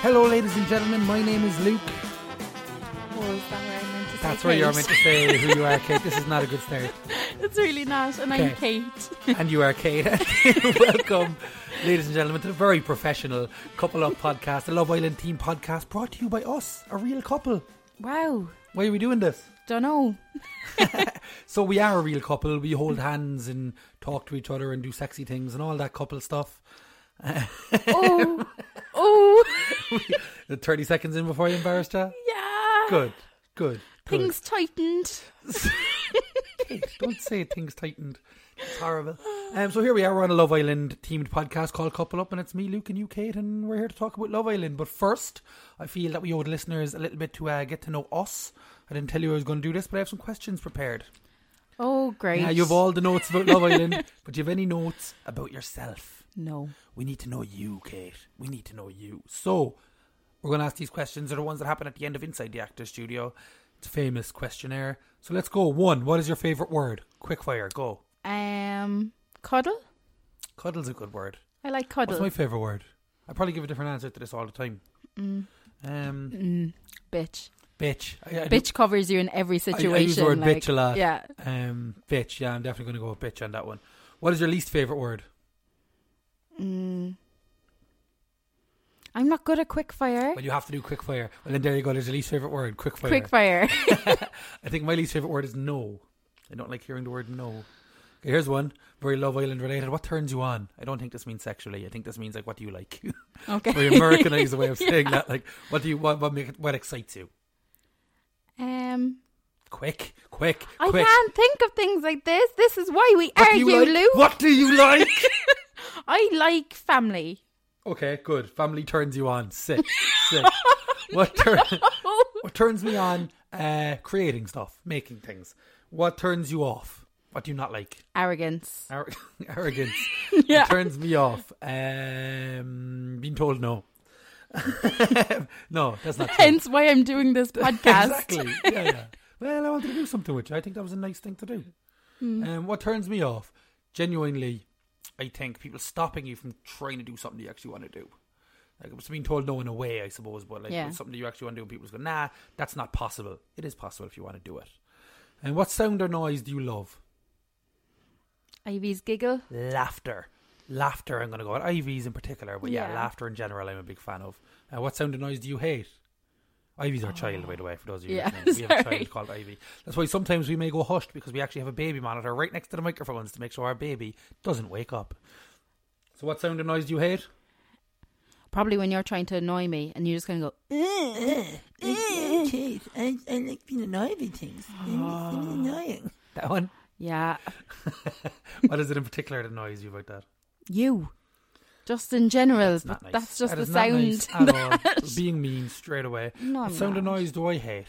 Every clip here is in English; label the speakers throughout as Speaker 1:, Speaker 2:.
Speaker 1: Hello, ladies and gentlemen. My name is Luke.
Speaker 2: Was that where I meant to say
Speaker 1: That's where you're
Speaker 2: Kate?
Speaker 1: meant to say who you are, Kate. This is not a good start.
Speaker 2: it's really not, and I'm
Speaker 1: Okay.
Speaker 2: Kate.
Speaker 1: And you are Kate. Welcome, ladies and gentlemen, to the very professional couple up podcast, the Love Island team podcast, brought to you by us, a real couple.
Speaker 2: Wow.
Speaker 1: Why are we doing this?
Speaker 2: Don't know.
Speaker 1: So we are a real couple. We hold hands and talk to each other and do sexy things and all that couple stuff.
Speaker 2: Oh, oh,
Speaker 1: Thirty seconds in before you embarrassed her.
Speaker 2: yeah.
Speaker 1: Good, good, good.
Speaker 2: Things tightened.
Speaker 1: Kate, don't say things tightened. It's horrible. Um, so here we are. We're on a Love Island themed podcast called Couple Up, and it's me, Luke, and you, Kate, and we're here to talk about Love Island. But first, I feel that we owe the listeners a little bit to uh, get to know us. I didn't tell you I was going to do this, but I have some questions prepared.
Speaker 2: Oh, great.
Speaker 1: Yeah, you have all the notes about Love Island, but do you have any notes about yourself?
Speaker 2: No.
Speaker 1: We need to know you, Kate. We need to know you. So, we're going to ask these questions. They're the ones that happen at the end of Inside the Actors Studio. It's a famous questionnaire. So let's go. One, what is your favourite word? Quick fire, go.
Speaker 2: Um, cuddle.
Speaker 1: Cuddle's a good word.
Speaker 2: I like cuddle.
Speaker 1: What's my favourite word? I probably give a different answer to this all the time. Um,
Speaker 2: mm, bitch.
Speaker 1: bitch. I, I do-
Speaker 2: bitch covers you in every situation.
Speaker 1: I use the word
Speaker 2: like,
Speaker 1: bitch a lot.
Speaker 2: Yeah.
Speaker 1: Um, bitch. Yeah, I'm definitely going to go with bitch on that one. What is your least favourite word?
Speaker 2: Mm. I'm not good at quick fire.
Speaker 1: Well, you have to do quick fire. Well, then there you go. There's your least favourite word. Quick fire.
Speaker 2: Quick fire.
Speaker 1: I think my least favourite word is no. I don't like hearing the word no. Okay, here's one. Very Love Island related. What turns you on? I don't think this means sexually. I think this means like what do you like?
Speaker 2: okay.
Speaker 1: Very Americanized way of saying that. Like what do you what what, make, what excites you?
Speaker 2: Um,
Speaker 1: Quick, quick,
Speaker 2: I
Speaker 1: quick.
Speaker 2: can't think of things like this. This is why we
Speaker 1: What do
Speaker 2: argue,
Speaker 1: like?
Speaker 2: Luke.
Speaker 1: What do you like?
Speaker 2: I like family.
Speaker 1: okay, good. Family turns you on. Sick, sick. What, turn, what turns me on? Uh, creating stuff, making things. What turns you off? What do you not like?
Speaker 2: Arrogance.
Speaker 1: Arro- arrogance.
Speaker 2: Yeah.
Speaker 1: It turns me off. Um, being told no. no, that's not true.
Speaker 2: Hence why I'm doing this podcast.
Speaker 1: exactly. Yeah, yeah. Well, I wanted to do something with you. I think that was a nice thing to do. Um, what turns me off, genuinely, I think people stopping you from trying to do something you actually want to do. Like it's being told no in a way, I suppose, but like
Speaker 2: Yeah.
Speaker 1: when it's something you actually want to do, people just go, "Nah, that's not possible." It is possible if you want to do it. And what sound or noise do you love?
Speaker 2: Ivy's giggle.
Speaker 1: laughter. Laughter, I'm going to go at IVs in particular, but yeah,
Speaker 2: Yeah.
Speaker 1: laughter in general, I'm a big fan of. Uh, what sound and noise do you hate? Ivy's our child, by the way, for those of you
Speaker 2: Yeah,
Speaker 1: listening. We have a
Speaker 2: sorry.
Speaker 1: child called Ivy. That's why sometimes we may go hushed because we actually have a baby monitor right next to the microphones to make sure our baby doesn't wake up. So, what sound and noise do you hate?
Speaker 2: Probably when you're trying to annoy me and you're just going to go,
Speaker 3: Jeez, I, I like being annoyed with things. It's annoying.
Speaker 1: Ah. That one?
Speaker 2: yeah,
Speaker 1: what is it in particular that annoys you about that?
Speaker 2: you. Just in general.
Speaker 1: It's not
Speaker 2: but
Speaker 1: nice.
Speaker 2: That's just
Speaker 1: That
Speaker 2: the
Speaker 1: is not
Speaker 2: sound.
Speaker 1: nice at all. Being mean straight away.
Speaker 2: No,
Speaker 1: What
Speaker 2: I'm
Speaker 1: sound and
Speaker 2: not.
Speaker 1: noise do I hate?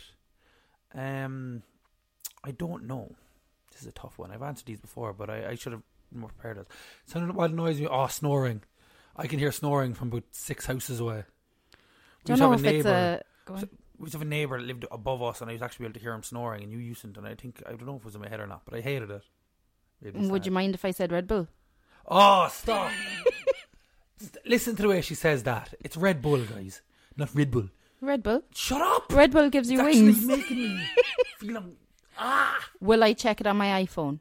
Speaker 1: Um, I don't know. This is a tough one. I've answered these before, but I, I should have been more prepared. Sound and what annoys me? Oh, snoring. I can hear snoring from about six houses away. We used to
Speaker 2: Don't know
Speaker 1: have
Speaker 2: if
Speaker 1: a
Speaker 2: it's
Speaker 1: neighbour.
Speaker 2: a. Go on.
Speaker 1: We used to have a neighbour that lived above us, and I was actually able to hear him snoring, and you usedn't. And I think I don't know if it was in my head or not, but I hated it. Made me
Speaker 2: Would
Speaker 1: sad.
Speaker 2: you mind if I said Red Bull?
Speaker 1: Oh, stop. St- Listen to the way she says that. It's Red Bull, guys, not Red Bull.
Speaker 2: Red Bull.
Speaker 1: Shut up!
Speaker 2: Red Bull gives
Speaker 1: It's
Speaker 2: you
Speaker 1: actually
Speaker 2: wings.
Speaker 1: making me feel. I'm-
Speaker 2: Will I check it on my iPhone?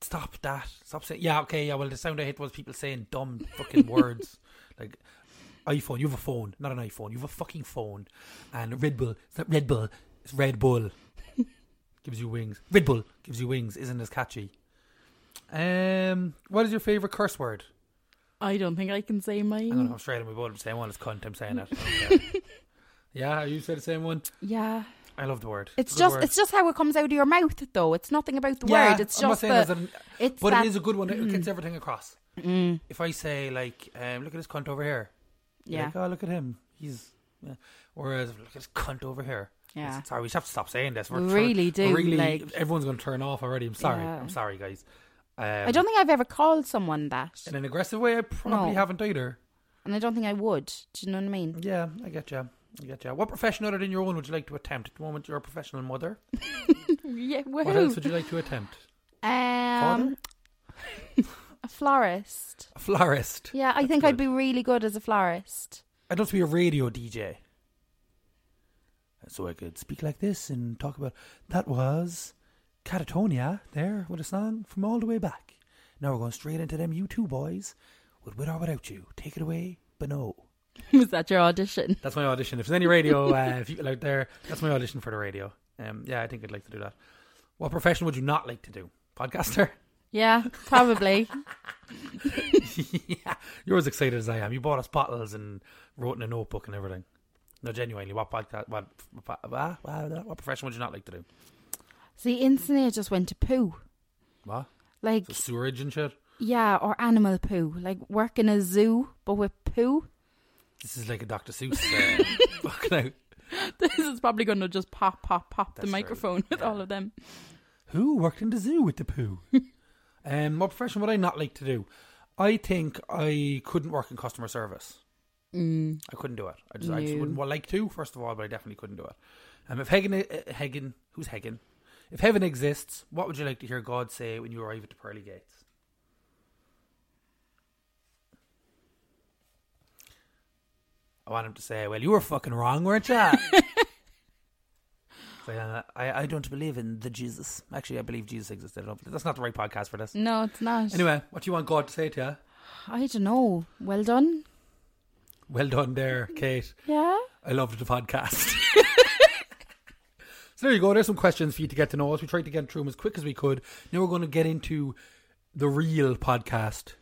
Speaker 1: Stop that. Stop saying. Yeah, okay, yeah, well, the sound I hit was people saying dumb fucking words. Like, iPhone, you have a phone, not an iPhone. You have a fucking phone. And Red Bull, it's not Red Bull, it's Red Bull. gives you wings. Red Bull gives you wings, isn't as catchy. Um, What is your favourite curse word?
Speaker 2: I don't think I can say
Speaker 1: I'm gonna
Speaker 2: mine.
Speaker 1: come straight and we both have the same one. It's cunt. I'm saying it. yeah, you said the same one.
Speaker 2: Yeah.
Speaker 1: I love the word.
Speaker 2: It's
Speaker 1: a good
Speaker 2: just
Speaker 1: word.
Speaker 2: it's just how it comes out of your mouth though. It's nothing about the
Speaker 1: Yeah,
Speaker 2: word. It's
Speaker 1: I'm not
Speaker 2: just
Speaker 1: saying
Speaker 2: the, Mm.
Speaker 1: it's an-
Speaker 2: it's
Speaker 1: but
Speaker 2: that, Mm,
Speaker 1: it is a good one. It gets everything across. If I say like, um, look at this cunt over here. you're
Speaker 2: yeah.
Speaker 1: Like, oh, look at him. He's. Yeah. Whereas look at this cunt over here.
Speaker 2: Yeah.
Speaker 1: Sorry, we just have to stop saying this.
Speaker 2: We
Speaker 1: tur-
Speaker 2: really do,
Speaker 1: Really,
Speaker 2: like-
Speaker 1: everyone's gonna turn off already. I'm sorry.
Speaker 2: Yeah.
Speaker 1: I'm sorry, guys. Um,
Speaker 2: I don't think I've ever called someone that.
Speaker 1: In an aggressive way, I probably
Speaker 2: No.
Speaker 1: haven't either.
Speaker 2: And I don't think I would. Do you know what I mean?
Speaker 1: Yeah, I get you. I get you. What profession other than your own would you like to attempt? At the moment, you're a professional mother.
Speaker 2: Yeah,
Speaker 1: What else would you like to attempt?
Speaker 2: Um,
Speaker 1: Father?
Speaker 2: florist.
Speaker 1: A florist.
Speaker 2: Yeah, I
Speaker 1: That's
Speaker 2: think
Speaker 1: good.
Speaker 2: I'd be really good as a florist.
Speaker 1: I'd love to be a radio DJ. So I could speak like this and talk about that was Catatonia there with a song from all the way back. Now we're going straight into them you two boys with With or Without You. Take it away, but no.
Speaker 2: Was that your audition?
Speaker 1: That's my audition. If there's any radio uh, people out there, that's my audition for the radio. Um, yeah, I think I'd like to do that. What profession would you not like to do? Podcaster?
Speaker 2: Yeah, probably.
Speaker 1: yeah, you're as excited as I am. You bought us bottles and wrote in a notebook and everything. No, genuinely, what podcast? What, what, what, what, what profession would you not like to do?
Speaker 2: See, instantly I just went to poo.
Speaker 1: What?
Speaker 2: Like,
Speaker 1: So sewerage and shit.
Speaker 2: yeah, or animal poo. Like, work in a zoo, but with poo.
Speaker 1: This is like a Dr. Seuss. Uh, fucking out.
Speaker 2: This is probably going to just pop, pop, pop
Speaker 1: That's
Speaker 2: the
Speaker 1: true.
Speaker 2: microphone with
Speaker 1: Yeah.
Speaker 2: all of them.
Speaker 1: Who worked in the zoo with the poo? um, what profession would I not like to do? I think I couldn't work in customer service.
Speaker 2: Mm.
Speaker 1: I couldn't do it. I just, I just
Speaker 2: No.
Speaker 1: wouldn't well, like to, first of all, but I definitely couldn't do it. Um, if Hagen, uh, Hagen, who's Hagen? If heaven exists, what would you like to hear God say when you arrive at the pearly gates? I want him to say, "Well, you were fucking wrong, weren't you?" Say, uh, I, I don't believe in the Jesus. Actually, I believe Jesus existed. I don't- That's not the right podcast for this.
Speaker 2: No, it's not.
Speaker 1: Anyway, what do you want God to say to you?
Speaker 2: I don't know. Well done.
Speaker 1: Well done, there, Kate.
Speaker 2: Yeah.
Speaker 1: I loved the podcast. so there you go. There's some questions for you to get to know us. We tried to get through them as quick as we could. Now we're going to get into the real podcast,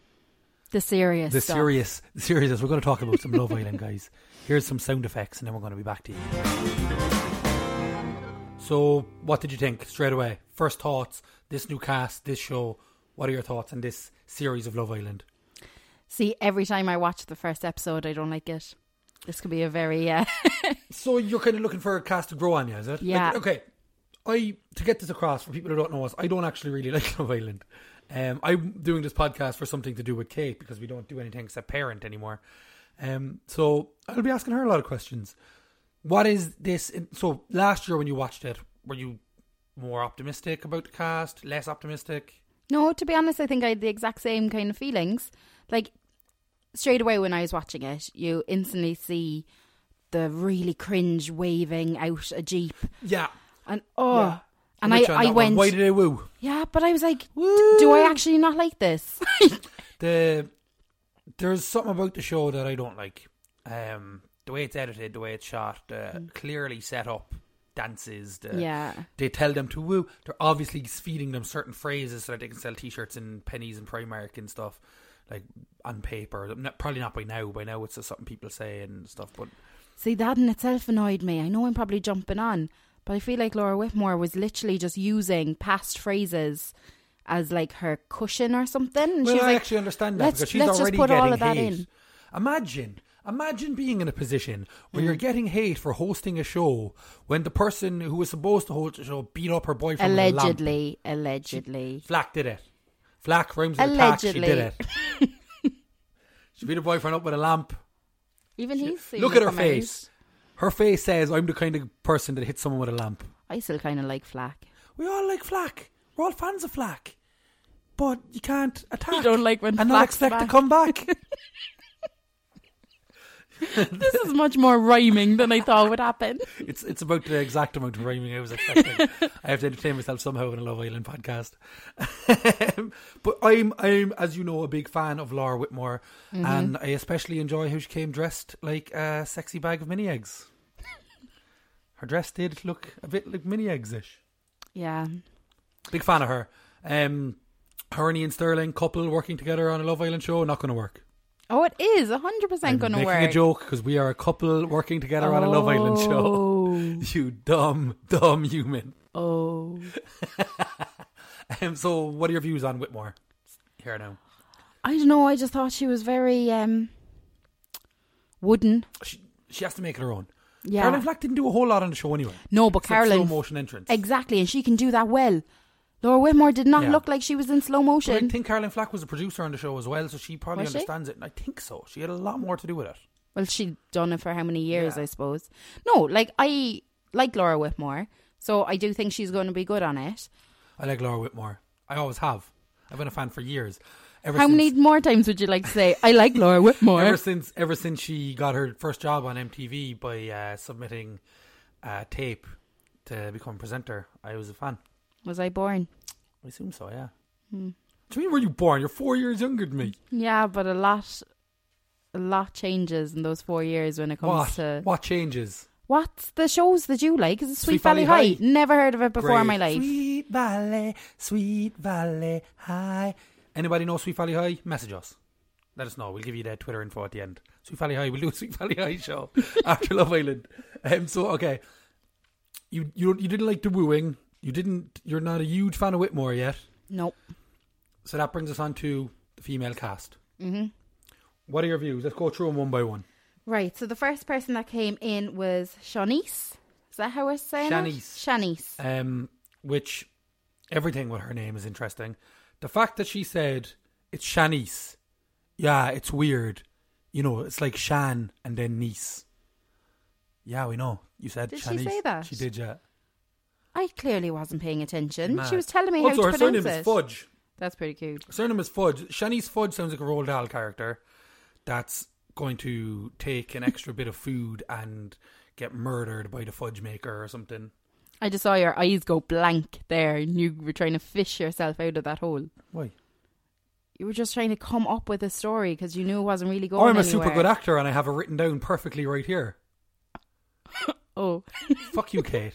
Speaker 2: The serious.
Speaker 1: the
Speaker 2: stuff.
Speaker 1: serious, the seriousness. We're going to talk about some Love Island, guys. Here's some sound effects, and then we're going to be back to you. So, what did you think straight away? First thoughts. This new cast, this show. What are your thoughts on this series of Love Island?
Speaker 2: See, every time I watch the first episode, I don't like it. This could be a very, uh,
Speaker 1: So you're kind of looking for a cast to grow on you, is it? Like,
Speaker 2: Yeah.
Speaker 1: okay. I to get this across for people who don't know us, I don't actually really like Love Island. Um, I'm doing this podcast for something to do with Kate because we don't do anything except parent anymore. Um, so I'll be asking her a lot of questions. What is this? In, so last year when you watched it, were you more optimistic about the cast? Less optimistic?
Speaker 2: No, to be honest, I think I had the exact same kind of feelings. Like straight away when I was watching it, you instantly see the really cringe waving out a jeep,
Speaker 1: Yeah.
Speaker 2: and oh,
Speaker 1: Yeah.
Speaker 2: and
Speaker 1: Which on
Speaker 2: I, I
Speaker 1: that one,
Speaker 2: went,
Speaker 1: Why did I woo?
Speaker 2: yeah, but I was like, do I actually not like this?
Speaker 1: the there's something about the show that I don't like. Um, the way it's edited, the way it's shot, the clearly set up dances. The,
Speaker 2: yeah,
Speaker 1: They tell them to woo. They're obviously feeding them certain phrases so that they can sell T-shirts and pennies and Primark and stuff, like on paper. Not- Probably not by now. By now, it's just something people say and stuff. But
Speaker 2: see, that in itself annoyed me. I know I'm probably jumping on, but I feel like Laura Whitmore was literally just using past phrases as like her cushion or something, and
Speaker 1: well,
Speaker 2: she was
Speaker 1: I
Speaker 2: like,
Speaker 1: actually understand that
Speaker 2: let's-
Speaker 1: because she's
Speaker 2: let's just
Speaker 1: already
Speaker 2: put all
Speaker 1: getting
Speaker 2: of that
Speaker 1: hate.
Speaker 2: in.
Speaker 1: Imagine, imagine being in a position where you're getting hate for hosting a show when the person who was supposed to host the show beat up her boyfriend. with a lamp.
Speaker 2: allegedly, allegedly.
Speaker 1: Flack did it. Flack rhymes with attack. She did it.
Speaker 2: Allegedly.
Speaker 1: she beat her boyfriend up with a lamp.
Speaker 2: Even he's seen
Speaker 1: Look at
Speaker 2: it
Speaker 1: her
Speaker 2: come out.
Speaker 1: face. Her face says, "I'm the kind of person that hits someone with a lamp."
Speaker 2: I still kind of like Flack.
Speaker 1: We all like Flack. We're all fans of Flack. But you can't attack.
Speaker 2: don't like when
Speaker 1: and not
Speaker 2: Flack's
Speaker 1: expect to
Speaker 2: back.
Speaker 1: come back.
Speaker 2: This is much more rhyming than I thought would happen.
Speaker 1: It's it's about the exact amount of rhyming I was expecting. I have to entertain myself somehow in a Love Island podcast. but I'm I'm as you know a big fan of Laura Whitmore,
Speaker 2: Mm-hmm.
Speaker 1: and I especially enjoy how she came dressed like a sexy bag of mini eggs. her dress did look a bit like mini eggs ish.
Speaker 2: Yeah,
Speaker 1: Big fan of her. Um, her and Ian Sterling couple working together on a Love Island show not going to work.
Speaker 2: Oh, it is 100% going to
Speaker 1: making
Speaker 2: work.
Speaker 1: a joke because we are a couple working together on a Love Island show.
Speaker 2: Oh.
Speaker 1: You dumb, dumb human.
Speaker 2: Oh.
Speaker 1: Um, so, what are your views on Whitmore? Here now,
Speaker 2: I don't know. I just thought she was very um wooden.
Speaker 1: she, she has to make it her own.
Speaker 2: Yeah.
Speaker 1: Caroline Flack didn't do a whole lot on the show anyway.
Speaker 2: no, but
Speaker 1: Except
Speaker 2: Carolyn.
Speaker 1: slow motion entrance.
Speaker 2: Exactly, and she can do that well. Laura Whitmore did not
Speaker 1: Yeah.
Speaker 2: look like she was in slow
Speaker 1: But I
Speaker 2: motion.
Speaker 1: think Caroline Flack was a producer on the show as well, so she probably
Speaker 2: Was she?
Speaker 1: understands it. And I think so. She had a lot more to do with it.
Speaker 2: Well, she'd done it for how many years,
Speaker 1: Yeah.
Speaker 2: I suppose. No, like, I like Laura Whitmore, so I do think she's going to be good on it.
Speaker 1: I like Laura Whitmore. I always have. I've been a fan for years. Ever
Speaker 2: How
Speaker 1: since,
Speaker 2: many more times would you like to say, I like Laura Whitmore?
Speaker 1: Ever since, ever since she got her first job on MTV by uh, submitting uh, tape to become a presenter, I was a fan.
Speaker 2: Was I born?
Speaker 1: I assume so. Yeah.
Speaker 2: Hmm.
Speaker 1: Do you mean were you born? You're four years younger than me.
Speaker 2: Yeah, but a lot, a lot changes in those four years when it comes
Speaker 1: What?
Speaker 2: to
Speaker 1: What changes?
Speaker 2: what's the shows that you like? Is it Sweet,
Speaker 1: Sweet
Speaker 2: Valley,
Speaker 1: Valley High.
Speaker 2: High? Never heard of it before in my
Speaker 1: Great.
Speaker 2: life.
Speaker 1: Sweet Valley, Sweet Valley High. Anybody know Sweet Valley High? Message us. Let us know. We'll give you the Twitter info at the end. Sweet Valley High. We'll do a Sweet Valley High show after Love Island. Um, so okay, you you you didn't like the wooing. You didn't. You're not a huge fan of Whitmore yet.
Speaker 2: Nope.
Speaker 1: So that brings us on to the female cast.
Speaker 2: Mm-hmm.
Speaker 1: What are your views? Let's go through them one by one.
Speaker 2: Right. So the first person that came in was Shanice. Is that how we're saying it?
Speaker 1: Shanice.
Speaker 2: Shanice.
Speaker 1: Um, which everything with her name is interesting. The fact that she said it's Shanice, yeah, it's weird. You know, it's like Shan and then niece. Yeah, we know. You said
Speaker 2: Did she
Speaker 1: Shanice.
Speaker 2: say that?
Speaker 1: She did, yeah.
Speaker 2: I clearly wasn't paying attention. Hmm? She
Speaker 1: Mad.
Speaker 2: was telling me
Speaker 1: also,
Speaker 2: how
Speaker 1: her
Speaker 2: to
Speaker 1: surname
Speaker 2: pronounce
Speaker 1: is
Speaker 2: it.
Speaker 1: Fudge.
Speaker 2: That's pretty cute.
Speaker 1: Her surname is Fudge. Shanice Fudge sounds like a Roald Dahl character that's going to take an extra bit of food and get murdered by the fudge maker or something.
Speaker 2: I just saw your eyes go blank there, and you were trying to fish yourself out of that hole.
Speaker 1: Why?
Speaker 2: You were just trying to come up with a story because you knew it wasn't really going.
Speaker 1: Oh, I'm a
Speaker 2: anywhere.
Speaker 1: super good actor and I have it written down perfectly right here.
Speaker 2: Oh,
Speaker 1: Fuck you, Kate.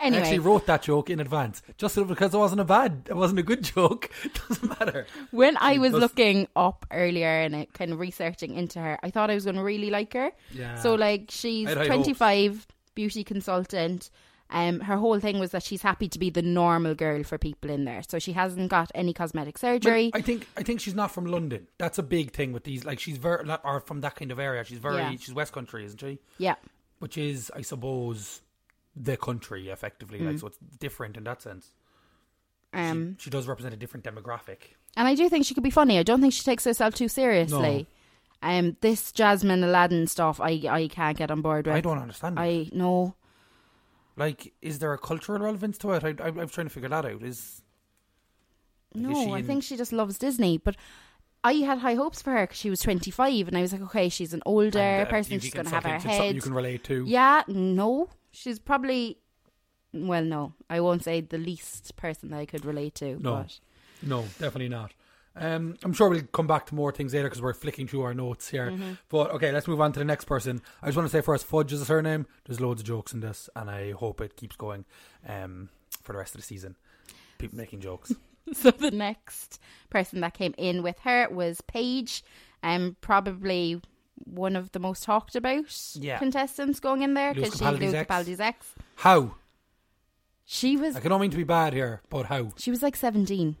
Speaker 1: I
Speaker 2: anyway,
Speaker 1: actually wrote that joke in advance. Just so because it wasn't a bad, it wasn't a good joke. Doesn't matter.
Speaker 2: when I was
Speaker 1: does-
Speaker 2: looking up earlier and it, kind of researching into her, I thought I was going to really like her.
Speaker 1: Yeah.
Speaker 2: So, like, she's
Speaker 1: Um, I had high
Speaker 2: 25, beauty consultant. Um, her whole thing was that she's happy to be the normal girl for people in there, so she hasn't got any cosmetic surgery.
Speaker 1: I think I think she's not from London. That's a big thing with these. Like she's very not- or from that kind of area. She's very
Speaker 2: Yeah.
Speaker 1: she's West Country, isn't she?
Speaker 2: yeah,
Speaker 1: Which is, I suppose, the country effectively. Like so, it's different in that sense. She-
Speaker 2: Mm-hmm. um,
Speaker 1: she, does represent a different demographic.
Speaker 2: and I do think she could be funny. I don't think she takes herself too seriously. Um, this Jasmine Aladdin stuff, I I can't get on board with.
Speaker 1: I don't understand. it.
Speaker 2: I know.
Speaker 1: Like, is there a cultural relevance to it? I, I, I'm trying to figure that out. Is Like, is she
Speaker 2: No, I
Speaker 1: in-
Speaker 2: think she just loves Disney. But I had high hopes for her because she was 25, and I was like, okay, she's an older
Speaker 1: and, uh,
Speaker 2: person.
Speaker 1: beauty
Speaker 2: She's going to have her
Speaker 1: consulting, it's something
Speaker 2: head.
Speaker 1: you can relate to.
Speaker 2: Yeah, no, she's probably. Well, no, I won't say the least person that I could relate to.
Speaker 1: No.
Speaker 2: But
Speaker 1: No, definitely not. Um, I'm sure we'll come back to more things later because we're flicking through our notes here.
Speaker 2: Mm-hmm.
Speaker 1: But okay, let's move on to the next person. I just want to say first, Fudge is a surname. There's loads of jokes in this, and I hope it keeps going um, for the rest of the season. People making jokes.
Speaker 2: so the next person that came in with her was Paige, um, probably one of the most talked about
Speaker 1: Yeah.
Speaker 2: contestants going in there
Speaker 1: Lewis
Speaker 2: because she's
Speaker 1: Capaldi's
Speaker 2: Lewis
Speaker 1: ex.
Speaker 2: Capaldi's ex.
Speaker 1: How?
Speaker 2: She was
Speaker 1: Like, I don't mean to be bad here, but how?
Speaker 2: she was like 17.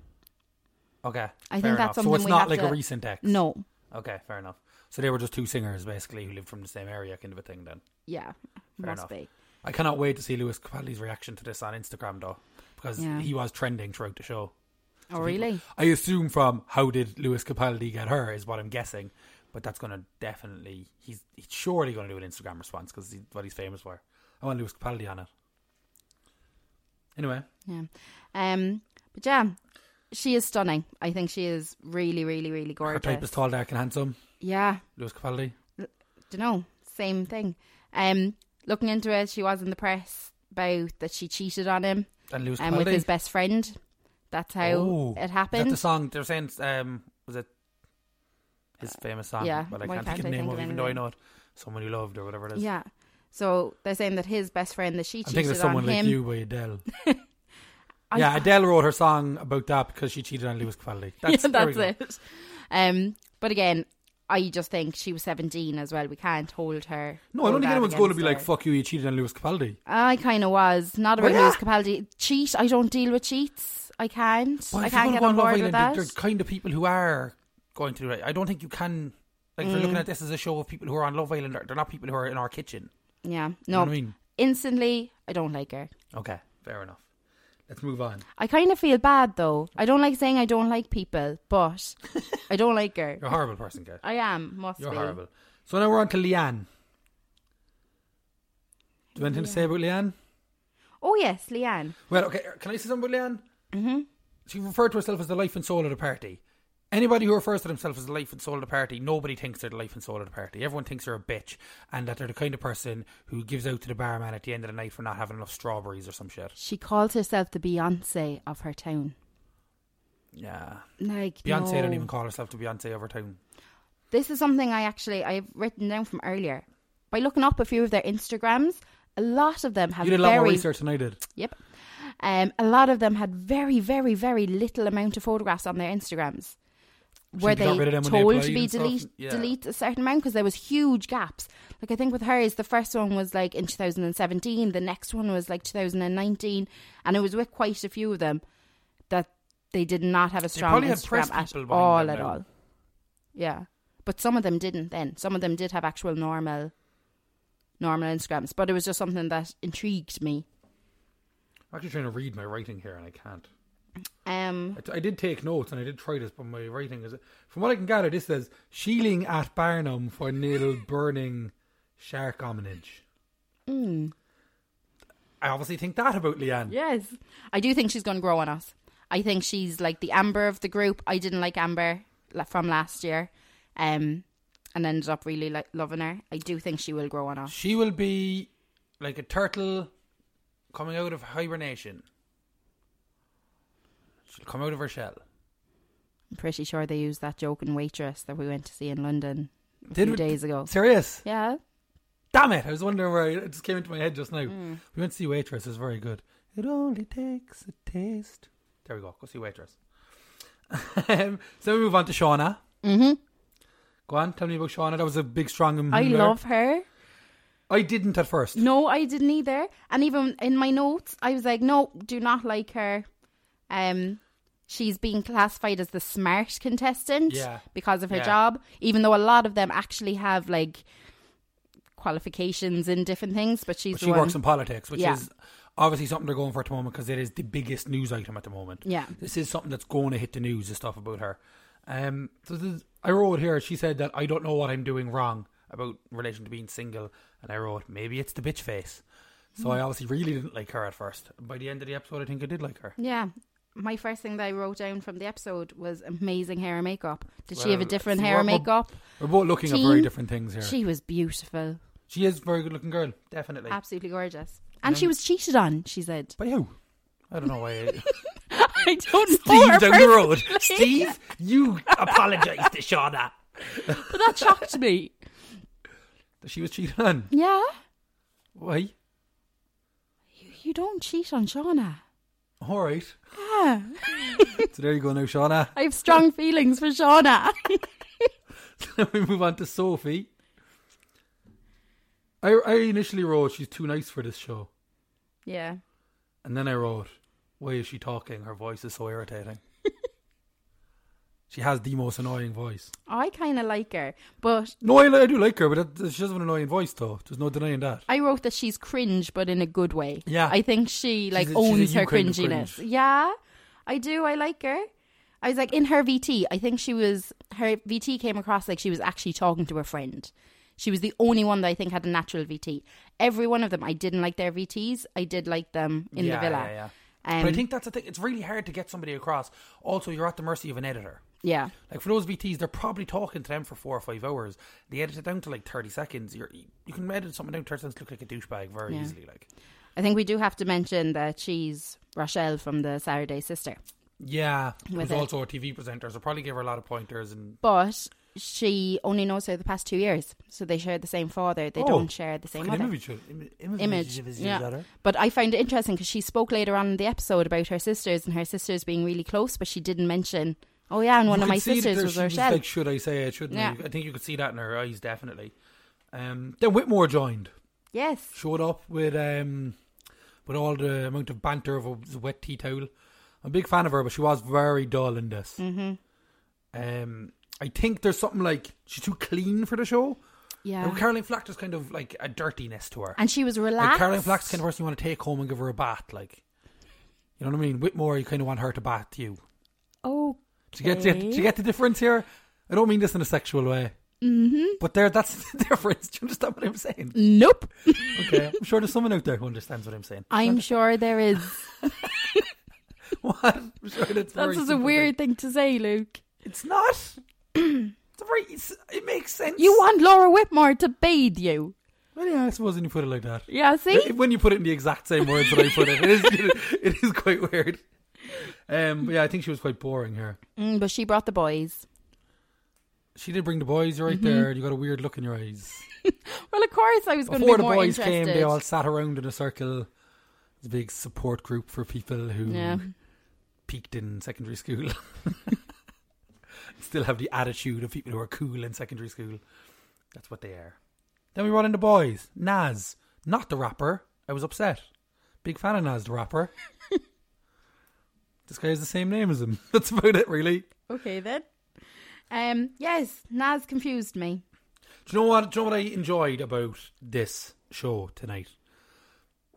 Speaker 1: Okay.
Speaker 2: I
Speaker 1: fair
Speaker 2: think that's
Speaker 1: enough.
Speaker 2: something
Speaker 1: So it's
Speaker 2: we
Speaker 1: not
Speaker 2: have
Speaker 1: like
Speaker 2: to-
Speaker 1: a recent ex.
Speaker 2: No,
Speaker 1: Okay, fair enough. So they were just two singers basically who lived from the same area, kind of a thing. Then
Speaker 2: yeah, must
Speaker 1: enough.
Speaker 2: be.
Speaker 1: I cannot wait to see Lewis Capaldi's reaction to this on Instagram though, because
Speaker 2: Yeah.
Speaker 1: he was trending throughout the show.
Speaker 2: Oh, really?
Speaker 1: I assume from how did Lewis Capaldi get her is what I'm guessing, but that's going to definitely he's, he's surely going to do an Instagram response because he's what he's famous for. I want Lewis Capaldi on it. Anyway,
Speaker 2: Yeah. Um, but yeah, she is stunning. I think she is really, really, really
Speaker 1: her
Speaker 2: gorgeous.
Speaker 1: type is tall, dark, and handsome.
Speaker 2: yeah,
Speaker 1: Lewis Capaldi.
Speaker 2: don't know, same thing. Um, looking into it, she was in the press about that she cheated on him
Speaker 1: And Lewis
Speaker 2: and
Speaker 1: Capaldi.
Speaker 2: with his best friend. That's how
Speaker 1: Oh,
Speaker 2: it
Speaker 1: Is that
Speaker 2: happened.
Speaker 1: the song they're saying? Um, was it his famous song?
Speaker 2: yeah,
Speaker 1: but I
Speaker 2: why
Speaker 1: can't,
Speaker 2: can't
Speaker 1: think of
Speaker 2: I
Speaker 1: the name
Speaker 2: think
Speaker 1: of
Speaker 2: of
Speaker 1: it, even though I
Speaker 2: anything?
Speaker 1: know it. Someone you loved or whatever it is.
Speaker 2: yeah. So they're saying that his best friend that she
Speaker 1: I'm thinking
Speaker 2: cheated
Speaker 1: of someone
Speaker 2: on
Speaker 1: like
Speaker 2: him.
Speaker 1: you by Adele.
Speaker 2: I-
Speaker 1: yeah, Adele wrote her song about that because she cheated on Lewis Capaldi. That's,
Speaker 2: yeah,
Speaker 1: there we
Speaker 2: that's
Speaker 1: go.
Speaker 2: it. Um, but again, I just think she was seventeen as well. We can't hold her.
Speaker 1: No, I don't
Speaker 2: hold
Speaker 1: think
Speaker 2: that
Speaker 1: anyone's going to
Speaker 2: against
Speaker 1: be like,
Speaker 2: her.
Speaker 1: "Fuck you, you cheated on Lewis Capaldi."
Speaker 2: I kind of was not about
Speaker 1: Well,
Speaker 2: Lewis
Speaker 1: yeah.
Speaker 2: Capaldi. Cheat? I don't deal with cheats. I can't.
Speaker 1: But
Speaker 2: I
Speaker 1: if
Speaker 2: can't
Speaker 1: you're
Speaker 2: get
Speaker 1: gonna
Speaker 2: on
Speaker 1: go
Speaker 2: board
Speaker 1: Love Island,
Speaker 2: with that.
Speaker 1: They're the kind of people who are going to do it. I don't think you can. Like, if you're
Speaker 2: Mm.
Speaker 1: looking at this as a show of people who are on Love Island, they're- they're not people who are in our kitchen.
Speaker 2: Yeah,
Speaker 1: You know
Speaker 2: no.
Speaker 1: what I mean?
Speaker 2: Instantly, I don't like her.
Speaker 1: Okay, fair enough. Let's move on.
Speaker 2: I kind of feel bad though. I don't like saying I don't like people, but I don't like her.
Speaker 1: You're a horrible person, Kate.
Speaker 2: I am must
Speaker 1: You're
Speaker 2: be.
Speaker 1: horrible. So now we're on to Leanne. Do you have anything to say about Leanne?
Speaker 2: Oh yes, Leanne.
Speaker 1: er, Well, okay. Can I say something about Leanne?
Speaker 2: hmm
Speaker 1: She referred to herself as the life and soul of the party. Anybody who refers to themselves as the life and soul of the party, nobody thinks they're the life and soul of the party. Everyone thinks they're a bitch and that they're the kind of person who gives out to the barman at the end of the night for not having enough strawberries or some shit.
Speaker 2: She calls herself the Beyonce of her town.
Speaker 1: Yeah.
Speaker 2: Like
Speaker 1: Beyonce
Speaker 2: no.
Speaker 1: don't even call herself the Beyonce of her town.
Speaker 2: This is something I actually I've written down from earlier. By looking up a few of their Instagrams, a lot of them have
Speaker 1: You did a lot
Speaker 2: very
Speaker 1: more research than I did.
Speaker 2: Yep. Um, a lot of them had very, very, very little amount of photographs on their Instagrams. Were
Speaker 1: they got rid of
Speaker 2: they
Speaker 1: them when they
Speaker 2: told
Speaker 1: applied
Speaker 2: to be
Speaker 1: and stuff?
Speaker 2: delete
Speaker 1: Yeah.
Speaker 2: delete a certain amount because there was huge gaps. Like I think with hers, the first one was like in 2017, the next one was like 2019, and it was with quite a few of them that they did not have a strong
Speaker 1: probably had press
Speaker 2: Instagram at
Speaker 1: people running
Speaker 2: all
Speaker 1: them
Speaker 2: at
Speaker 1: now.
Speaker 2: all. Yeah, but some of them didn't. Then some of them did have actual normal normal Instagrams, but it was just something that intrigued me.
Speaker 1: I'm actually trying to read my writing here and I can't.
Speaker 2: Um,
Speaker 1: I, t- I did take notes and I did try this, but my writing is. From what I can gather, this says Sheeling at Barnum for nail burning shark hominage.
Speaker 2: Hmm.
Speaker 1: I obviously think that about Leanne.
Speaker 2: Yes. I do think she's going to grow on us. I think she's like the Amber of the group. I didn't like Amber la- from last year um, and ended up really like loving her. I do think she will grow on us.
Speaker 1: She will be like a turtle coming out of hibernation. She'll come out of her shell.
Speaker 2: I'm pretty sure they used that joke in Waitress that we went to see in London a
Speaker 1: Did
Speaker 2: few
Speaker 1: we-
Speaker 2: days ago.
Speaker 1: Serious?
Speaker 2: Yeah.
Speaker 1: Damn it! I was wondering where I, it just came into my head just now.
Speaker 2: Hmm.
Speaker 1: We went to see Waitress. It's very good. It only takes a taste. There we go. Go see Waitress. um, so we move on to Shauna.
Speaker 2: hmm
Speaker 1: Go on, tell me about Shauna. That was a big, strong.
Speaker 2: I
Speaker 1: there.
Speaker 2: love her.
Speaker 1: I didn't at first.
Speaker 2: No, I didn't either. And even in my notes, I was like, no, do not like her. Um, she's being classified as the smart contestant
Speaker 1: Yeah.
Speaker 2: because of her
Speaker 1: Yeah.
Speaker 2: job, even though a lot of them actually have like qualifications in different things. But she's
Speaker 1: But
Speaker 2: the
Speaker 1: she
Speaker 2: one.
Speaker 1: works in politics, which
Speaker 2: Yeah.
Speaker 1: is obviously something they're going for at the moment because it is the biggest news item at the moment.
Speaker 2: Yeah.
Speaker 1: This is something that's going to hit the news, the stuff about her. Um, so this, I wrote here, she said that I don't know what I'm doing wrong about relation to being single. And I wrote, maybe it's the bitch face. So I obviously really didn't like her at first. By the end of the episode, I think I did like her.
Speaker 2: yeah. My first thing that I wrote down from the episode was amazing hair and makeup. Did she have a
Speaker 1: Well,
Speaker 2: different
Speaker 1: see,
Speaker 2: hair and
Speaker 1: we're- we're-
Speaker 2: makeup?
Speaker 1: We're both looking at very
Speaker 2: Teen-
Speaker 1: different things here. She,
Speaker 2: She was beautiful,
Speaker 1: is a very good looking girl, definitely.
Speaker 2: absolutely gorgeous. And she was cheated on, she said.
Speaker 1: By who? I don't know why.
Speaker 2: I don't know. her
Speaker 1: Steve down the road.
Speaker 2: personally.
Speaker 1: Steve, you apologise to Shauna.
Speaker 2: But that shocked me.
Speaker 1: that she was cheating on.
Speaker 2: Yeah.
Speaker 1: Why?
Speaker 2: You don't cheat on Shauna.
Speaker 1: All right. Ah. so there you go now, Shauna.
Speaker 2: I have strong feelings for Shauna.
Speaker 1: we move on to Sophie. I, I initially wrote she's too nice for this show,
Speaker 2: yeah.
Speaker 1: and then I wrote, why is she talking? Her voice is so irritating. she has the most annoying voice.
Speaker 2: I kind of like her, but
Speaker 1: No, I, I do like her, but that, that- she does have an annoying voice though. There's no denying that.
Speaker 2: I wrote that she's cringe, but in a good way.
Speaker 1: Yeah.
Speaker 2: I think she like
Speaker 1: a- she's a
Speaker 2: owns her
Speaker 1: you kind of
Speaker 2: cringiness.
Speaker 1: cringe.
Speaker 2: Yeah. I do. I like her. I was like in her VT. I think she was her VT came across like she was actually talking to a friend. She was the only one that I think had a natural VT. Every one of them, I didn't like their VTs. I did like them in
Speaker 1: Yeah,
Speaker 2: the villa.
Speaker 1: yeah, yeah.
Speaker 2: Um,
Speaker 1: but I think that's the thing. It's really hard to get somebody across. Also, you're at the mercy of an editor.
Speaker 2: yeah.
Speaker 1: Like for those VTs, they're probably talking to them for four or five hours. They edit it down to like thirty seconds. You're, you can edit something down to thirty seconds to look like a douchebag very
Speaker 2: Yeah.
Speaker 1: easily. Like,
Speaker 2: I think we do have to mention that she's Rochelle from the Saturday Sister,
Speaker 1: yeah, who's
Speaker 2: With it.
Speaker 1: also a TV presenter, so probably give her a lot of pointers and
Speaker 2: but she only knows her the past two years, so they share the same father. They
Speaker 1: Oh,
Speaker 2: don't share the same mother.
Speaker 1: image, uh, image,
Speaker 2: Image, yeah. But I found it interesting because she spoke later on in the episode about her sisters and her sisters being really close, but she didn't mention. Oh yeah, and one of my sisters was Rochelle.
Speaker 1: like, should I say it? Shouldn't
Speaker 2: Yeah.
Speaker 1: I? I think you could see that in her eyes, definitely. Um, then Whitmore joined,
Speaker 2: yes,
Speaker 1: showed up with um, with all the amount of banter of a wet tea towel. I'm a big fan of her, but she was very dull in this.
Speaker 2: mm-hmm.
Speaker 1: Um, I think there's something like she's too clean for the show.
Speaker 2: yeah.
Speaker 1: Now, Caroline Flack is kind of like a dirtiness to her.
Speaker 2: And she was relaxed.
Speaker 1: Like Caroline Flack's the kind of person you want to take home and give her a bath, like you know what I mean. Whitmore, you kind of want her to bath you.
Speaker 2: oh,
Speaker 1: Do you get, do you, get- do you get the difference here? I don't mean this in a sexual way, mm-hmm. but there, that's the difference. Do you understand what I'm saying?
Speaker 2: nope.
Speaker 1: Okay, I'm sure there's someone out there who understands what I'm saying.
Speaker 2: I'm sure there is.
Speaker 1: What? I'm sure that's
Speaker 2: That's
Speaker 1: very
Speaker 2: just a
Speaker 1: simple
Speaker 2: weird thing to say, Luke.
Speaker 1: It's not. it's a very, it's, it makes sense.
Speaker 2: You want Laura Whitmore to bathe you.
Speaker 1: Well, yeah, I suppose when you put it like that.
Speaker 2: Yeah, see?
Speaker 1: If- When you put it in the exact same words that I put it, it is, it is quite weird. Um, but yeah, I think she was quite boring here.
Speaker 2: Mm, but she brought the boys.
Speaker 1: She did bring the boys right
Speaker 2: Mm-hmm.
Speaker 1: there. You got a weird look in your eyes.
Speaker 2: Well, of course I was going to be
Speaker 1: Before the
Speaker 2: more
Speaker 1: boys
Speaker 2: interested.
Speaker 1: came, they all sat around in a circle. It's a big support group for people who
Speaker 2: Yeah.
Speaker 1: peaked in secondary school. Still have the attitude of people who are cool in secondary school. That's what they are. Then we brought in the boys. Nas, not the rapper. I was upset. Big fan of Nas, the rapper. this guy has the same name as him. That's about it, really.
Speaker 2: Okay then. Um. Yes, Naz confused me.
Speaker 1: Do you know what? Do you know what I enjoyed about this show tonight?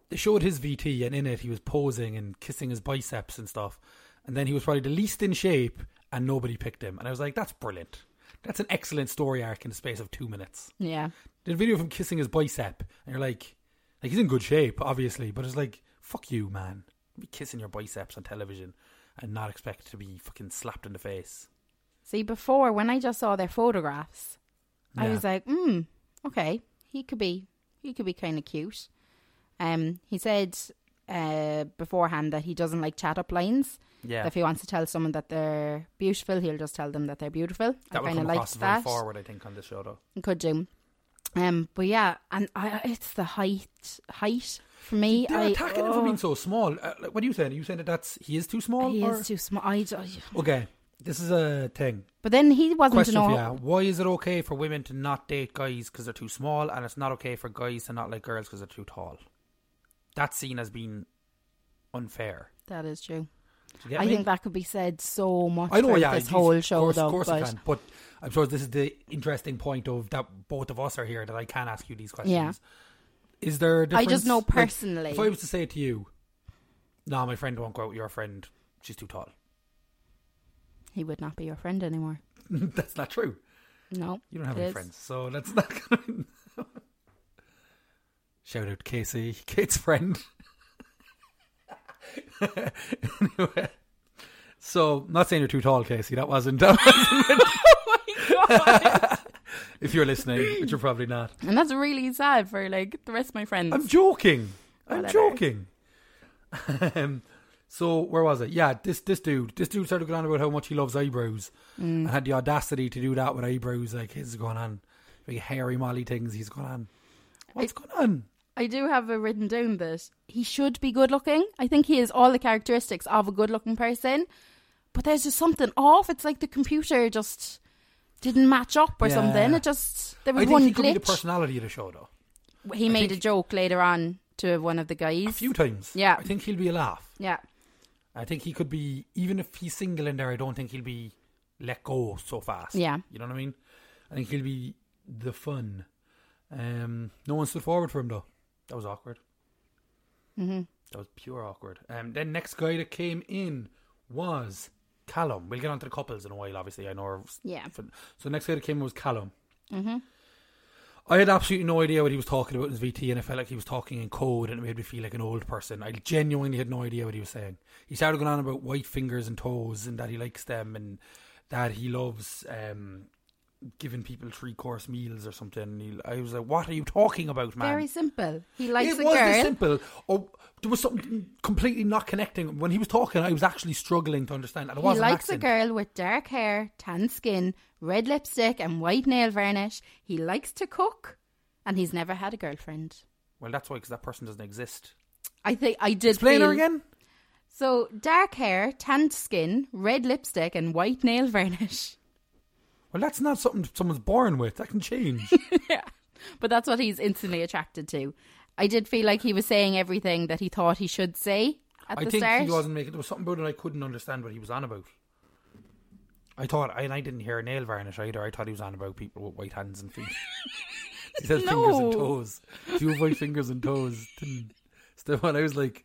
Speaker 1: They showed his VT, and in it he was posing and kissing his biceps and stuff. And then he was probably the least in shape, and nobody picked him. And I was like, "That's brilliant. That's an excellent story arc in the space of two minutes."
Speaker 2: Yeah.
Speaker 1: Did a video of him kissing his bicep, and you're like, "Like he's in good shape, obviously," but it's like, "Fuck you, man! Be kissing your biceps on television, and not expect to be fucking slapped in the face."
Speaker 2: See, before when I just saw their photographs, I
Speaker 1: Yeah.
Speaker 2: was like, hmm, okay, he could be, he could be kind of cute. Um, he said uh beforehand that he doesn't like chat up lines.
Speaker 1: yeah,
Speaker 2: If he wants to tell someone that they're beautiful, he'll just tell them that they're beautiful.
Speaker 1: that
Speaker 2: I
Speaker 1: would
Speaker 2: kind of
Speaker 1: come
Speaker 2: liked
Speaker 1: across very
Speaker 2: that.
Speaker 1: forward, I think, on this show though.
Speaker 2: Could do. Um, but yeah, and I, it's the height, height for me.
Speaker 1: They're
Speaker 2: I,
Speaker 1: attacking him for
Speaker 2: oh,
Speaker 1: being so small. Uh, like, what are you saying? Are you saying that that's he is too small?
Speaker 2: He
Speaker 1: or-
Speaker 2: is too small. I, d-
Speaker 1: Okay, this is a thing.
Speaker 2: but then he wasn't
Speaker 1: Question
Speaker 2: to know.
Speaker 1: for you: Why is it okay for women to not date guys because they're too small, and it's not okay for guys to not like girls because they're too tall? That's seen as being unfair.
Speaker 2: That is true.
Speaker 1: Do you get
Speaker 2: I
Speaker 1: me?
Speaker 2: think that could be said so much
Speaker 1: I know.
Speaker 2: throughout
Speaker 1: Yeah,
Speaker 2: this
Speaker 1: geez,
Speaker 2: whole
Speaker 1: of
Speaker 2: show,
Speaker 1: course,
Speaker 2: though.
Speaker 1: of course,
Speaker 2: but
Speaker 1: I can. But I'm sure this is the interesting point of that both of us are here that I can ask you these questions.
Speaker 2: Yeah.
Speaker 1: Is there? A
Speaker 2: I
Speaker 1: difference?
Speaker 2: just know
Speaker 1: Like,
Speaker 2: personally.
Speaker 1: if I was to say to you, "No, my friend won't go out with your friend. She's too tall."
Speaker 2: he would not be your friend anymore.
Speaker 1: That's not true.
Speaker 2: No,
Speaker 1: You don't have
Speaker 2: it
Speaker 1: any
Speaker 2: is.
Speaker 1: friends, so that's not going to. Shout out Casey, Kate's friend. anyway, so not saying you're too tall, Casey. That wasn't. That if you're listening, but you're probably not.
Speaker 2: and that's really sad for like the rest of my friends.
Speaker 1: I'm joking. I'm
Speaker 2: Whatever.
Speaker 1: joking. um, so where was it? Yeah, this this dude, this dude started going on about how much he loves eyebrows
Speaker 2: Mm.
Speaker 1: and had the audacity to do that with eyebrows like his going on, big hairy molly things he's going on. What's going on?
Speaker 2: I do have it written down that he should be good looking. I think he has all the characteristics of a good looking person, but there's just something off. It's like the computer just didn't match up or
Speaker 1: Yeah.
Speaker 2: something. It just there
Speaker 1: I
Speaker 2: was
Speaker 1: think
Speaker 2: one
Speaker 1: he could be the
Speaker 2: glitch.
Speaker 1: personality of the show though.
Speaker 2: he made a joke later on to one of the guys.
Speaker 1: A few times,
Speaker 2: Yeah.
Speaker 1: I think he'll be a laugh.
Speaker 2: yeah,
Speaker 1: I think he could be even if he's single in there. I don't think he'll be let go so fast.
Speaker 2: Yeah.
Speaker 1: you know what I mean. I think he'll be the fun. Um, no one stood forward for him though. That was awkward.
Speaker 2: hmm
Speaker 1: That was pure awkward. Um, then next guy that came in was Callum. We'll get onto the couples in a while. Obviously, I know. Our,
Speaker 2: yeah.
Speaker 1: so next guy that came in was Callum.
Speaker 2: Mm-hmm.
Speaker 1: I had absolutely no idea what he was talking about in his VT, and I felt like he was talking in code, and it made me feel like an old person. I genuinely had no idea what he was saying. He started going on about white fingers and toes, and that he likes them, and that he loves um, giving people three course meals or something. And he, I was like, "What are you talking about, man?"
Speaker 2: Very simple. He likes
Speaker 1: it
Speaker 2: a
Speaker 1: was
Speaker 2: girl.
Speaker 1: this simple. Or there was something completely not connecting. When he was talking, I was actually struggling to understand. And it
Speaker 2: He
Speaker 1: wasn't
Speaker 2: likes
Speaker 1: accent.
Speaker 2: a girl with dark hair, tan skin, red lipstick, and white nail varnish. He likes to cook, and he's never had a girlfriend.
Speaker 1: Well, that's why, because that person doesn't exist.
Speaker 2: I think I did.
Speaker 1: Explain her
Speaker 2: feel-
Speaker 1: again.
Speaker 2: So dark hair, tanned skin, red lipstick, and white nail varnish.
Speaker 1: Well, that's not something someone's born with. That can change.
Speaker 2: But that's what he's instantly attracted to. I did feel like he was saying everything that he thought he should say at
Speaker 1: I
Speaker 2: the
Speaker 1: think
Speaker 2: start.
Speaker 1: he wasn't making. There was something about it I couldn't understand what he was on about. I thought, and I didn't hear nail varnish either. I thought he was on about people with white hands and feet. he said fingers and
Speaker 2: No.
Speaker 1: toes. Do you have white fingers and toes? Didn't. Stefan, I was like,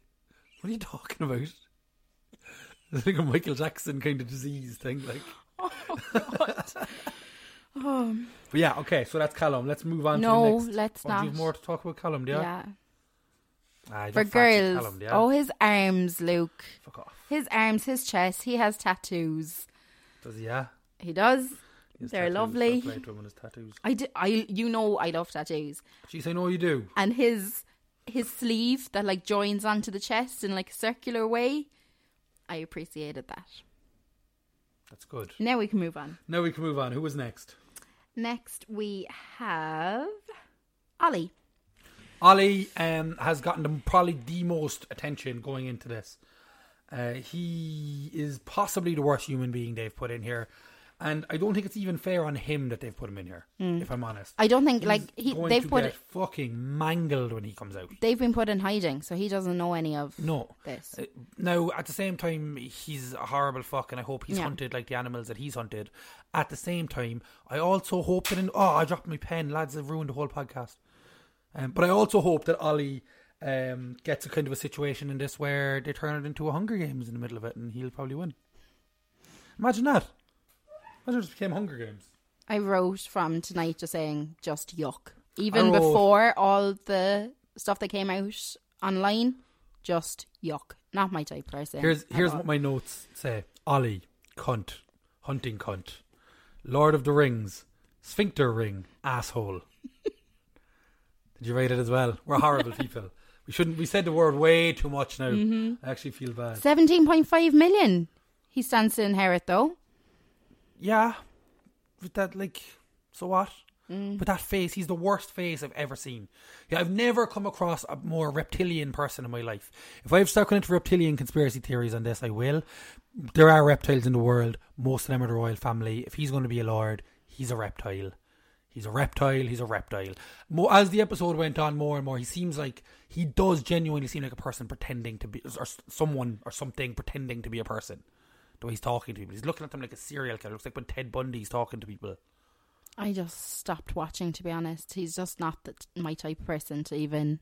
Speaker 1: what are you talking about? It's like a Michael Jackson kind of disease thing, like.
Speaker 2: Oh,
Speaker 1: Um, But yeah, okay, so that's Callum. Let's move on.
Speaker 2: No,
Speaker 1: to the next.
Speaker 2: let's
Speaker 1: Oh, do you have
Speaker 2: not.
Speaker 1: more to talk about Callum? Ah, Yeah,
Speaker 2: yeah.
Speaker 1: I
Speaker 2: For
Speaker 1: don't fancy
Speaker 2: girls.
Speaker 1: Callum, yeah?
Speaker 2: Oh, his arms, Luke.
Speaker 1: fuck off.
Speaker 2: His arms, his chest. He has tattoos.
Speaker 1: Does he? Yeah,
Speaker 2: He does.
Speaker 1: His
Speaker 2: They're
Speaker 1: tattoos,
Speaker 2: lovely.
Speaker 1: fair play to him and his tattoos.
Speaker 2: I, d- I, you know, I love tattoos.
Speaker 1: Jeez, I know you do.
Speaker 2: And his his sleeve that like joins onto the chest in like a circular way. I appreciated that.
Speaker 1: That's good.
Speaker 2: Now we can move on.
Speaker 1: Now we can move on. Who was next?
Speaker 2: Next we have Ollie.
Speaker 1: Ollie um, has gotten the, probably the most attention going into this. Uh, he is possibly the worst human being they've put in here, and I don't think it's even fair on him that they've put him in here. If I'm honest,
Speaker 2: Hmm. I don't think like
Speaker 1: He's
Speaker 2: he
Speaker 1: going
Speaker 2: they've
Speaker 1: to
Speaker 2: put
Speaker 1: get fucking mangled when he comes out.
Speaker 2: they've been put in hiding, so he doesn't know any of
Speaker 1: No.
Speaker 2: this.
Speaker 1: Uh, Now, at the same time, he's a horrible fuck, and I hope he's
Speaker 2: Yeah.
Speaker 1: hunted like the animals that he's hunted. At the same time, I also hope that. In, oh, I dropped my pen, lads! I've ruined the whole podcast. Um, but I also hope that Ollie um, gets a kind of a situation in this where they turn it into a Hunger Games in the middle of it, and he'll probably win. Imagine that. Imagine it just became Hunger Games.
Speaker 2: I wrote from tonight just saying just yuck. Even
Speaker 1: wrote-
Speaker 2: before all the stuff that came out online, just yuck. Not my type person.
Speaker 1: Here's
Speaker 2: at
Speaker 1: here's
Speaker 2: all.
Speaker 1: what my notes say: Ollie, cunt, hunting cunt, Lord of the Rings, sphincter ring, asshole. Did you write it as well? We're horrible people. We shouldn't. We said the word way too much now. I actually feel bad.
Speaker 2: Seventeen point five million. He stands to inherit though.
Speaker 1: Yeah, with that like, so what? But that face, he's the worst face I've ever seen. Yeah, I've never come across a more reptilian person in my life. If I've stuck into reptilian conspiracy theories on this, I will. There are reptiles in the world. Most of them are the royal family. If he's going to be a lord, he's a reptile. He's a reptile. He's a reptile. More as the episode went on, more and more, he seems like he does genuinely seem like a person pretending to be, or s- someone or something pretending to be a person. The way he's talking to people, he's looking at them like a serial killer. Looks like when Ted Bundy's talking to people.
Speaker 2: I just stopped watching to be honest. He's just not the, my type of person to even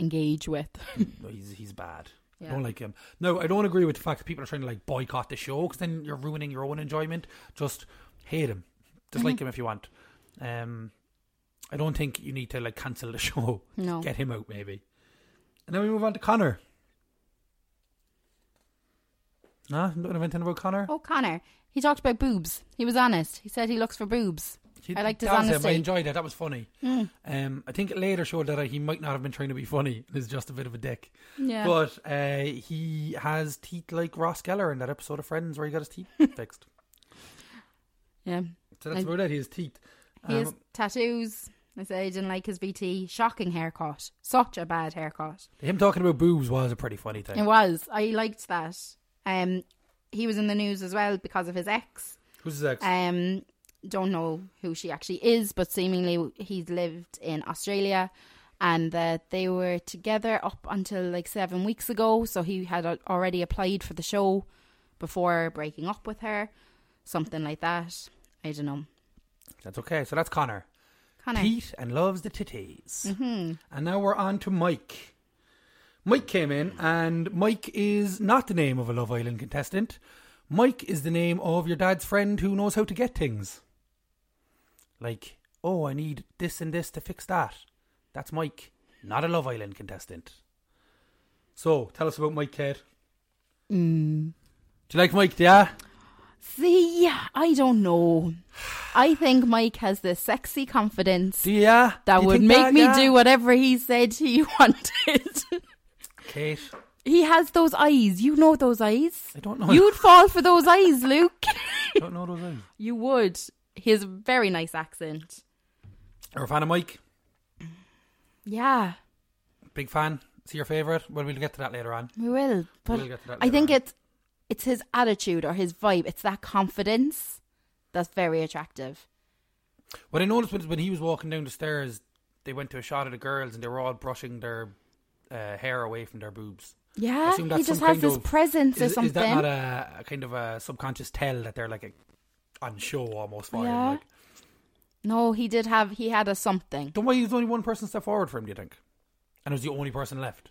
Speaker 2: engage with.
Speaker 1: No, he's he's bad. I
Speaker 2: Yeah.
Speaker 1: don't like him. No, I don't agree with the fact that people are trying to like boycott the show because then you're ruining your own enjoyment. Just hate him, dislike
Speaker 2: Mm-hmm.
Speaker 1: him if you want. Um, I don't think you need to like cancel the show.
Speaker 2: No.
Speaker 1: Get him out maybe. And then we move on to Connor. Nah, don't have anything about Connor.
Speaker 2: Oh, Connor. He talked about boobs. He was honest. He said he looks for boobs.
Speaker 1: He-
Speaker 2: I liked his
Speaker 1: that was him. I
Speaker 2: honesty.
Speaker 1: enjoyed it. That was funny. Um, I think it later showed that uh, he might not have been trying to be funny. He's just a bit of a dick.
Speaker 2: Yeah.
Speaker 1: But uh, he has teeth like Ross Geller in that episode of Friends where he got his teeth fixed.
Speaker 2: yeah.
Speaker 1: So that's
Speaker 2: I-
Speaker 1: about it. He has teeth.
Speaker 2: He
Speaker 1: um,
Speaker 2: has tattoos. I said I didn't like his BT. Shocking haircut. Such a bad haircut.
Speaker 1: Him talking about boobs was a pretty funny thing.
Speaker 2: It was. I liked that. Um, he was in the news as well because of his ex.
Speaker 1: Who's his ex?
Speaker 2: Um, don't know who she actually is, but seemingly he's lived in Australia, and that they were together up until like seven weeks ago. So he had al- already applied for the show before breaking up with her, something like that. I don't know.
Speaker 1: that's okay. So that's Connor.
Speaker 2: Connor.
Speaker 1: Pete and loves the titties.
Speaker 2: Mm-hmm.
Speaker 1: And now we're on to Mike. Mike came in, and Mike is not the name of a Love Island contestant. Mike is the name of your dad's friend who knows how to get things. Like, oh, I need this and this to fix that. That's Mike, not a Love Island contestant. So, tell us about Mike, Kate.
Speaker 2: Mm.
Speaker 1: Do you like Mike, yeah?
Speaker 2: See, I don't know. I think Mike has this sexy confidence
Speaker 1: Do you, yeah?
Speaker 2: that
Speaker 1: Do you
Speaker 2: would
Speaker 1: think
Speaker 2: make
Speaker 1: that,
Speaker 2: me
Speaker 1: yeah?
Speaker 2: do whatever he said he wanted.
Speaker 1: Kate,
Speaker 2: He has those eyes. You know those eyes.
Speaker 1: I don't know.
Speaker 2: You'd fall for those eyes, Luke.
Speaker 1: I don't know those things.
Speaker 2: you would. He has a very nice accent.
Speaker 1: You're a fan of Mike?
Speaker 2: Yeah,
Speaker 1: Big fan. Is he your favourite? Well, we'll get to that later on.
Speaker 2: we will. But
Speaker 1: We'll get to that
Speaker 2: I think
Speaker 1: later
Speaker 2: it's it's his attitude or his vibe. It's that confidence that's very attractive.
Speaker 1: What I noticed was when he was walking down the stairs, they went to a shot of the girls and they were all brushing their uh, hair away from their boobs.
Speaker 2: Yeah,
Speaker 1: assume
Speaker 2: he
Speaker 1: that's
Speaker 2: just
Speaker 1: some
Speaker 2: has
Speaker 1: kind
Speaker 2: this
Speaker 1: of-
Speaker 2: presence or
Speaker 1: Is,
Speaker 2: something.
Speaker 1: is that not a, a kind of a subconscious tell that they're like a, on show almost? For him?
Speaker 2: Yeah.
Speaker 1: Like,
Speaker 2: no, he did have. He had a something.
Speaker 1: don't why there's only one person step forward for him, do you think? And it was the only person left.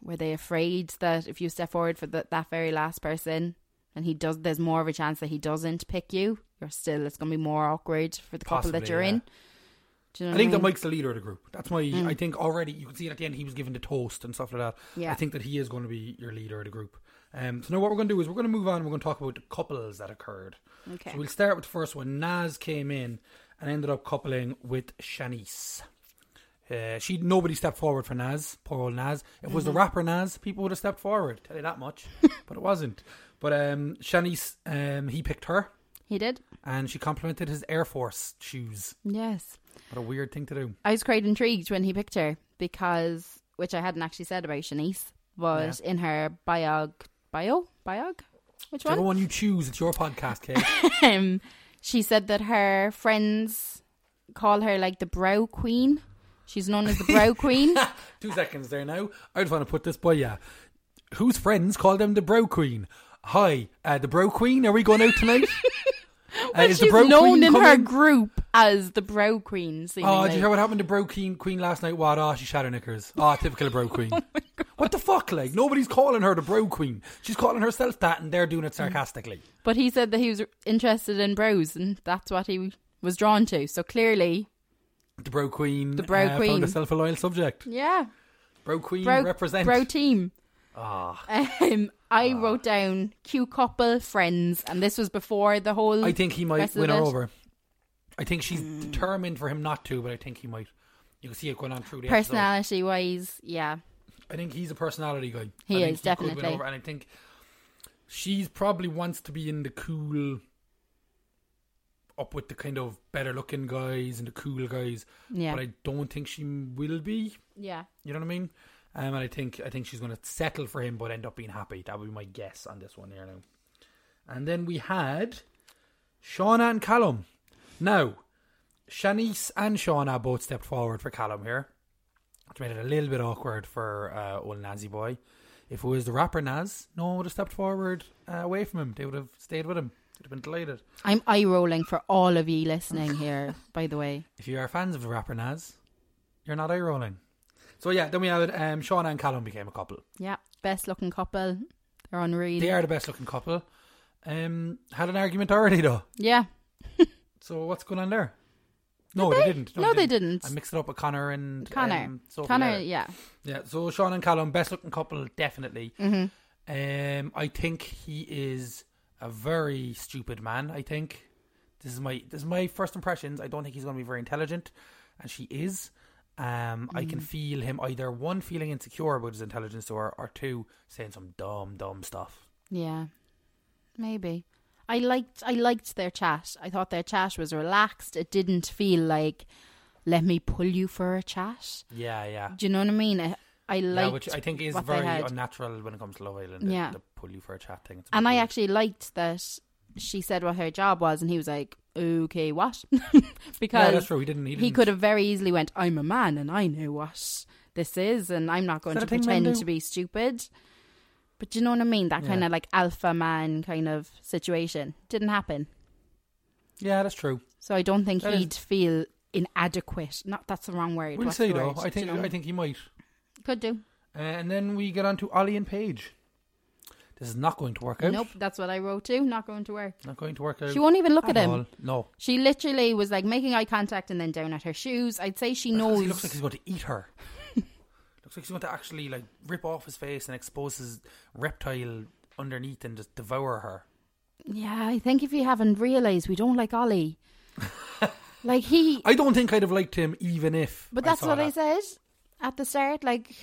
Speaker 2: Were they afraid that if you step forward for the, that very last person and he does, there's more of a chance that he doesn't pick you? You're still, it's going to be more awkward for the couple
Speaker 1: Possibly,
Speaker 2: that you're
Speaker 1: yeah.
Speaker 2: in. Do you know
Speaker 1: I
Speaker 2: what
Speaker 1: think that
Speaker 2: mean?
Speaker 1: Mike's the leader of the group. That's my.
Speaker 2: Mm.
Speaker 1: I think already you can see it at the end. He was given the toast and stuff like that.
Speaker 2: Yeah.
Speaker 1: I think that he is going to be your leader of the group. Um, so now what we're going to do is we're going to move on. and We're going to talk about the couples that occurred.
Speaker 2: Okay.
Speaker 1: So we'll start with the first one. Nas came in and ended up coupling with Shanice. Uh, she nobody stepped forward for Nas, poor old Nas. If it was
Speaker 2: Mm-hmm.
Speaker 1: the rapper Nas, people would have stepped forward. Tell you that much, but it wasn't. But um, Shanice, um, he picked her,
Speaker 2: He did?
Speaker 1: and she complimented his Air Force shoes.
Speaker 2: Yes.
Speaker 1: What a weird thing to do.
Speaker 2: I was quite intrigued when he picked her because, which I hadn't actually said about Shanice, but in her biog, bio, biog, which
Speaker 1: Whichever
Speaker 2: one?
Speaker 1: one you choose, it's your podcast, Kate.
Speaker 2: Um, she said that her friends call her like the brow queen. She's known as the brow queen.
Speaker 1: Two seconds there now. I just want to put this by you. Whose friends call them the Bro Queen? Hi, uh, the Bro Queen. Are we going out tonight? Uh, is the
Speaker 2: She's
Speaker 1: Bro
Speaker 2: known
Speaker 1: Queen
Speaker 2: in her
Speaker 1: coming?
Speaker 2: group as the brow
Speaker 1: Oh,
Speaker 2: queen.
Speaker 1: did you
Speaker 2: Seemingly.
Speaker 1: hear what happened to Bro Queen, Queen last night? What? Oh, she shot her knickers. Oh, typical of Bro Queen. what the fuck? Like nobody's calling her the Bro Queen. She's calling herself that, and they're doing it sarcastically.
Speaker 2: but he said that he was interested in brows, and that's what he was drawn to. So clearly,
Speaker 1: The Bro Queen. uh,
Speaker 2: The Bro Queen.
Speaker 1: found herself a loyal subject.
Speaker 2: yeah,
Speaker 1: Bro Queen
Speaker 2: brow,
Speaker 1: represent.
Speaker 2: brow team.
Speaker 1: Ah.
Speaker 2: Um, I wrote down cute couple friends, and this was before the whole.
Speaker 1: I think he might
Speaker 2: Mm-hmm. rest of
Speaker 1: win
Speaker 2: the
Speaker 1: her
Speaker 2: bit.
Speaker 1: over. I think she's determined for him not to, but I think he might. You can see it going on through the episode.
Speaker 2: Personality wise, yeah,
Speaker 1: I think he's a personality guy.
Speaker 2: He
Speaker 1: I think
Speaker 2: is,
Speaker 1: could win
Speaker 2: definitely.
Speaker 1: over, and I think she's probably wants to be in the cool, up with the kind of better looking guys and the cool guys.
Speaker 2: yeah,
Speaker 1: But I don't think she will be.
Speaker 2: yeah.
Speaker 1: You know what I mean? Um, and I think I think she's going to settle for him, but end up being happy. That would be my guess on this one here now. And then we had Shauna and Callum. Now, Shanice and Shauna both stepped forward for Callum here, which made it a little bit awkward for uh, old Nazi boy. If it was the rapper Naz, no one would have stepped forward uh, away from him. They would have stayed with him. They'd have been delighted.
Speaker 2: I'm eye rolling for all of you listening here. by the way,
Speaker 1: If you are fans of the rapper Naz, you're not eye rolling. So yeah, then we had um, Shauna and Callum became a couple.
Speaker 2: yeah, best looking couple. They're unreal.
Speaker 1: They are the best looking couple. Um, had an argument already though.
Speaker 2: yeah,
Speaker 1: So what's going on there? No, they? didn't.
Speaker 2: no, they didn't.
Speaker 1: I mixed it up with Connor and
Speaker 2: Connor,
Speaker 1: um, Sophie
Speaker 2: Connor,
Speaker 1: Lara.
Speaker 2: yeah,
Speaker 1: Yeah. So Sean and Callum, best looking couple, definitely.
Speaker 2: hmm
Speaker 1: Um, I think he is a very stupid man. I think this is my this is my first impressions. I don't think he's going to be very intelligent, and she is. Um, I
Speaker 2: Mm.
Speaker 1: can feel him either one feeling insecure about his intelligence to her, or two saying some dumb, dumb stuff.
Speaker 2: yeah, maybe. I liked, I liked their chat. I thought their chat was relaxed. It didn't feel like, let me pull you for a chat.
Speaker 1: Yeah, yeah.
Speaker 2: Do you know what I mean? I, I liked
Speaker 1: yeah, which I think is
Speaker 2: what they
Speaker 1: very
Speaker 2: had.
Speaker 1: unnatural when it comes to Love Island. the-
Speaker 2: Yeah.
Speaker 1: the pull you for a chat thing. It's a
Speaker 2: And
Speaker 1: bit
Speaker 2: I
Speaker 1: weird.
Speaker 2: actually liked that she said what her job was, and he was like, "Okay, what?"
Speaker 1: yeah,
Speaker 2: because
Speaker 1: that's true. He didn't. He,
Speaker 2: he could have very easily went, "I'm a man, and I know what this is, and I'm not going
Speaker 1: that
Speaker 2: to
Speaker 1: a thing men
Speaker 2: pretend
Speaker 1: do?
Speaker 2: to be stupid." But do you know what I mean? That
Speaker 1: Yeah.
Speaker 2: kind of like alpha man kind of situation didn't happen.
Speaker 1: Yeah, that's true.
Speaker 2: So I don't think
Speaker 1: That is-
Speaker 2: he'd feel inadequate. Not that's the wrong word.
Speaker 1: We'll
Speaker 2: What's the
Speaker 1: say though.
Speaker 2: word?
Speaker 1: I
Speaker 2: Do you
Speaker 1: think.
Speaker 2: know?
Speaker 1: I think he might.
Speaker 2: could do.
Speaker 1: Uh, and then we get on to Ollie and Paige. This is not going to work out.
Speaker 2: Nope, that's what I wrote too. Not going to work.
Speaker 1: Not going to work out.
Speaker 2: She won't even look at him.
Speaker 1: all. No.
Speaker 2: She literally was like making eye contact and then down at her shoes. I'd say she knows.
Speaker 1: He looks like he's about to eat her. looks like he's about to actually like rip off his face and expose his reptile underneath and just devour her.
Speaker 2: yeah, I think if you haven't realised, we don't like Ollie. like he,
Speaker 1: I don't think I'd have liked him even if.
Speaker 2: but that's
Speaker 1: I saw
Speaker 2: what
Speaker 1: that.
Speaker 2: I said at the start. Like,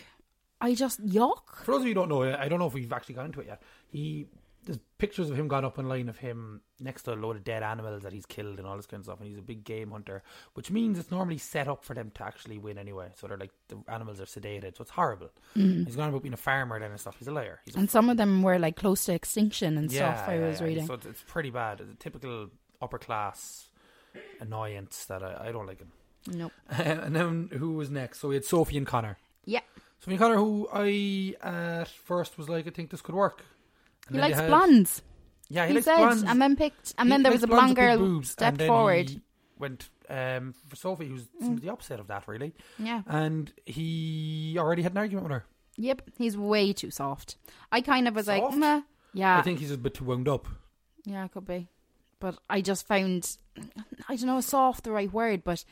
Speaker 2: I just yuck.
Speaker 1: For those of you who don't know, I don't know if we've actually got into it yet. He there's pictures of him gone up online of him next to a load of dead animals that he's killed and all this kind of stuff, and he's a big game hunter, which means it's normally set up for them to actually win anyway. So they're like the animals are sedated, so it's horrible.
Speaker 2: Mm-hmm.
Speaker 1: He's gone about being a farmer then and stuff. He's a liar. He's a
Speaker 2: And some of them were like close to extinction and stuff. I
Speaker 1: yeah,
Speaker 2: was
Speaker 1: yeah.
Speaker 2: reading.
Speaker 1: So it's, it's pretty bad. It's a typical upper class annoyance that I, I don't like him.
Speaker 2: nope.
Speaker 1: and then who was next? So we had Sophie and Connor.
Speaker 2: Yeah,
Speaker 1: Sophie and Connor, who I at first was like, I think this could work. And
Speaker 2: he
Speaker 1: then they
Speaker 2: likes
Speaker 1: had-
Speaker 2: blondes.
Speaker 1: Yeah, he,
Speaker 2: He,
Speaker 1: likes
Speaker 2: said,
Speaker 1: blondes.
Speaker 2: and then picked, and then
Speaker 1: He
Speaker 2: there
Speaker 1: likes
Speaker 2: was a
Speaker 1: blondes
Speaker 2: blonde
Speaker 1: with big
Speaker 2: girl
Speaker 1: boobs, and
Speaker 2: stepped
Speaker 1: then
Speaker 2: forward. Mm.
Speaker 1: he went um, for Sophie, who's the opposite of that, really.
Speaker 2: yeah.
Speaker 1: And he already had an argument with her.
Speaker 2: Yep, he's way too soft. I kind of was like,
Speaker 1: Soft?
Speaker 2: Meh. yeah,
Speaker 1: I think he's a bit too wound up.
Speaker 2: yeah, it could be. But I just found, I don't know, is soft the right word, but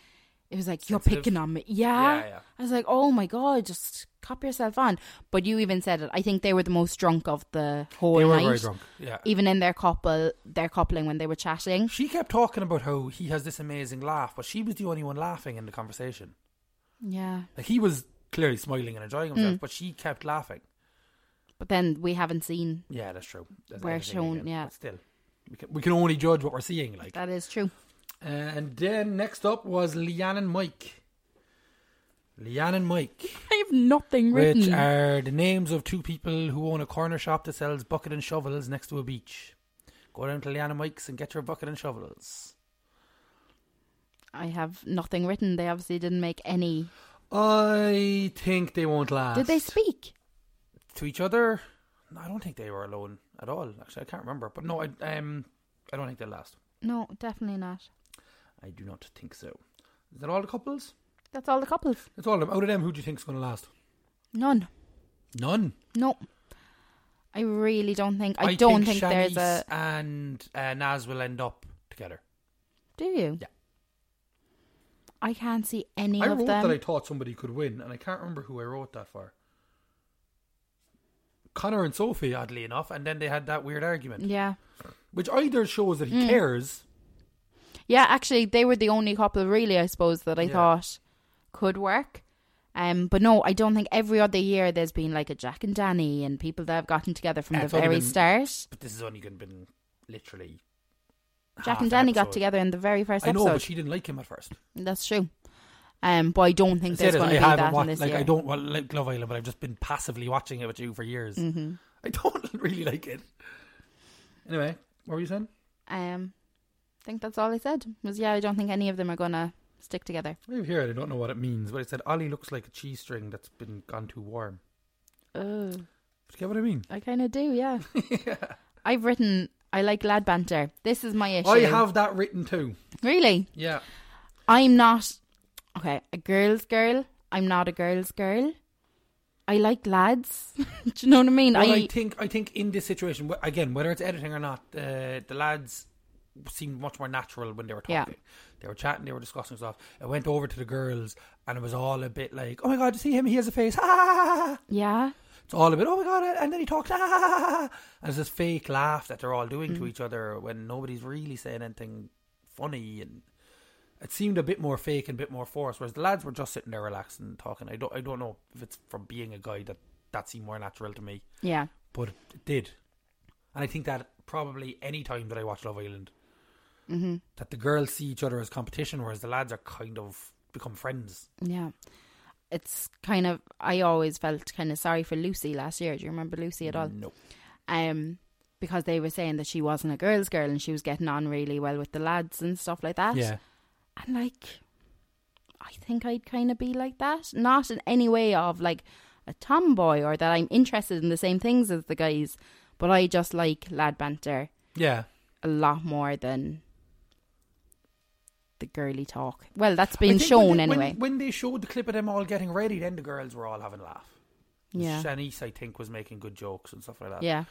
Speaker 2: It was like, you're
Speaker 1: Sensitive.
Speaker 2: picking on me. Yeah.
Speaker 1: Yeah, yeah.
Speaker 2: I was like, oh my God, just cop yourself on. But you even said it. I think they were the most drunk of the whole
Speaker 1: They were
Speaker 2: night.
Speaker 1: very drunk. Yeah.
Speaker 2: Even in their couple, their coupling when they were chatting.
Speaker 1: She kept talking about how he has this amazing laugh, but she was the only one laughing in the conversation.
Speaker 2: Yeah.
Speaker 1: Like he was clearly smiling and enjoying
Speaker 2: Mm.
Speaker 1: himself, but she kept laughing.
Speaker 2: But then we haven't seen.
Speaker 1: Yeah, that's true. That's
Speaker 2: We're
Speaker 1: anything
Speaker 2: shown-
Speaker 1: again,
Speaker 2: yeah.
Speaker 1: but still, we can, we can only judge what we're seeing. Like,
Speaker 2: That is true.
Speaker 1: and then next up was Leanne and Mike. Leanne and Mike,
Speaker 2: I have nothing written.
Speaker 1: which are the names of two people who own a corner shop that sells bucket and shovels next to a beach. Go down to Leanne and Mike's and get your bucket and shovels.
Speaker 2: I have nothing written. They obviously didn't make any.
Speaker 1: I think they won't last.
Speaker 2: Did they speak?
Speaker 1: to each other. No, I don't think they were alone at all. Actually, I can't remember. But no, I um, I don't think they'll last.
Speaker 2: No, definitely not.
Speaker 1: I do not think so. Is that all the couples?
Speaker 2: That's all the couples.
Speaker 1: That's all of them. Out of them, who do you think's going to last?
Speaker 2: None.
Speaker 1: None.
Speaker 2: No. I really don't think. I, don't think, there's
Speaker 1: Shanice
Speaker 2: a.
Speaker 1: and uh, Naz will end up together.
Speaker 2: Do you?
Speaker 1: Yeah.
Speaker 2: I can't see any
Speaker 1: I
Speaker 2: of
Speaker 1: wrote
Speaker 2: them.
Speaker 1: that I thought somebody could win, and I can't remember who I wrote that for. Connor and Sophie, oddly enough, and then they had that weird argument,
Speaker 2: yeah.
Speaker 1: which either shows that he
Speaker 2: Mm.
Speaker 1: cares.
Speaker 2: Yeah, actually, they were the only couple, really, I suppose, that I
Speaker 1: Yeah.
Speaker 2: thought could work. Um, but no, I don't think every other year there's been like a Jack and Danny and people that have gotten together from
Speaker 1: Yeah,
Speaker 2: the
Speaker 1: it's only
Speaker 2: very
Speaker 1: been-
Speaker 2: start.
Speaker 1: But this has only been- been literally. half
Speaker 2: Jack and
Speaker 1: an
Speaker 2: Danny got
Speaker 1: episode.
Speaker 2: together in the very first
Speaker 1: I know,
Speaker 2: episode.
Speaker 1: but she didn't like him at first.
Speaker 2: That's true. Um, but I don't think
Speaker 1: Say
Speaker 2: there's
Speaker 1: this,
Speaker 2: going
Speaker 1: I
Speaker 2: to be
Speaker 1: haven't
Speaker 2: that in
Speaker 1: watched-
Speaker 2: this
Speaker 1: like
Speaker 2: year.
Speaker 1: I don't well, like Love Island, but I've just been passively watching it with you for years.
Speaker 2: Mm-hmm.
Speaker 1: I don't really like it. Anyway, what were you saying?
Speaker 2: Um, I think that's all I said. Was yeah, I don't think any of them are going to stick together.
Speaker 1: I have here. it, I don't know what it means, but it said Ollie looks like a cheese string that's been gone too warm.
Speaker 2: Oh,
Speaker 1: But you get what I mean?
Speaker 2: I kind of do. Yeah. I've written. I like lad banter. This is my issue.
Speaker 1: I have that written too.
Speaker 2: really.
Speaker 1: Yeah,
Speaker 2: I'm not okay. A girl's girl. I'm not a girl's girl. I like lads. do you know what I mean?
Speaker 1: Well,
Speaker 2: I,
Speaker 1: I, think I think in this situation wh- again, whether it's editing or not, uh, the lads seemed much more natural when they were
Speaker 2: Yeah.
Speaker 1: talking. They were chatting, they were discussing stuff. It went over to the girls, and it was all a bit like, "Oh my god, you see him? He has a face." Ah!
Speaker 2: yeah.
Speaker 1: It's all a bit, oh my god, and then he talks, ah, and it's this fake laugh that they're all doing to each other when nobody's really saying anything funny, and it seemed a bit more fake and a bit more forced. Whereas the lads were just sitting there relaxing and talking. I don't, I don't know if it's from being a guy that that seemed more natural to me,
Speaker 2: Yeah.
Speaker 1: but it did, and I think that probably any time that I watch Love Island,
Speaker 2: Mm-hmm.
Speaker 1: that the girls see each other as competition, whereas the lads are kind of become friends.
Speaker 2: Yeah. It's kind of I always felt kind of sorry for Lucy last year. Do you remember Lucy at all?
Speaker 1: No, Mm.
Speaker 2: Um because they were saying that she wasn't a girl's girl and she was getting on really well with the lads and stuff like that.
Speaker 1: yeah,
Speaker 2: And like I think I'd kind of be like that, not in any way of like a tomboy or that I'm interested in the same things as the guys, but I just like lad banter
Speaker 1: yeah.
Speaker 2: a lot more than the girly talk. Well, that's
Speaker 1: I
Speaker 2: been
Speaker 1: think
Speaker 2: shown
Speaker 1: when they- when-
Speaker 2: anyway.
Speaker 1: When, they showed the clip of them all getting ready, then the girls were all having a laugh.
Speaker 2: yeah.
Speaker 1: Shanice, I think, was making good jokes and stuff like that.
Speaker 2: Yeah.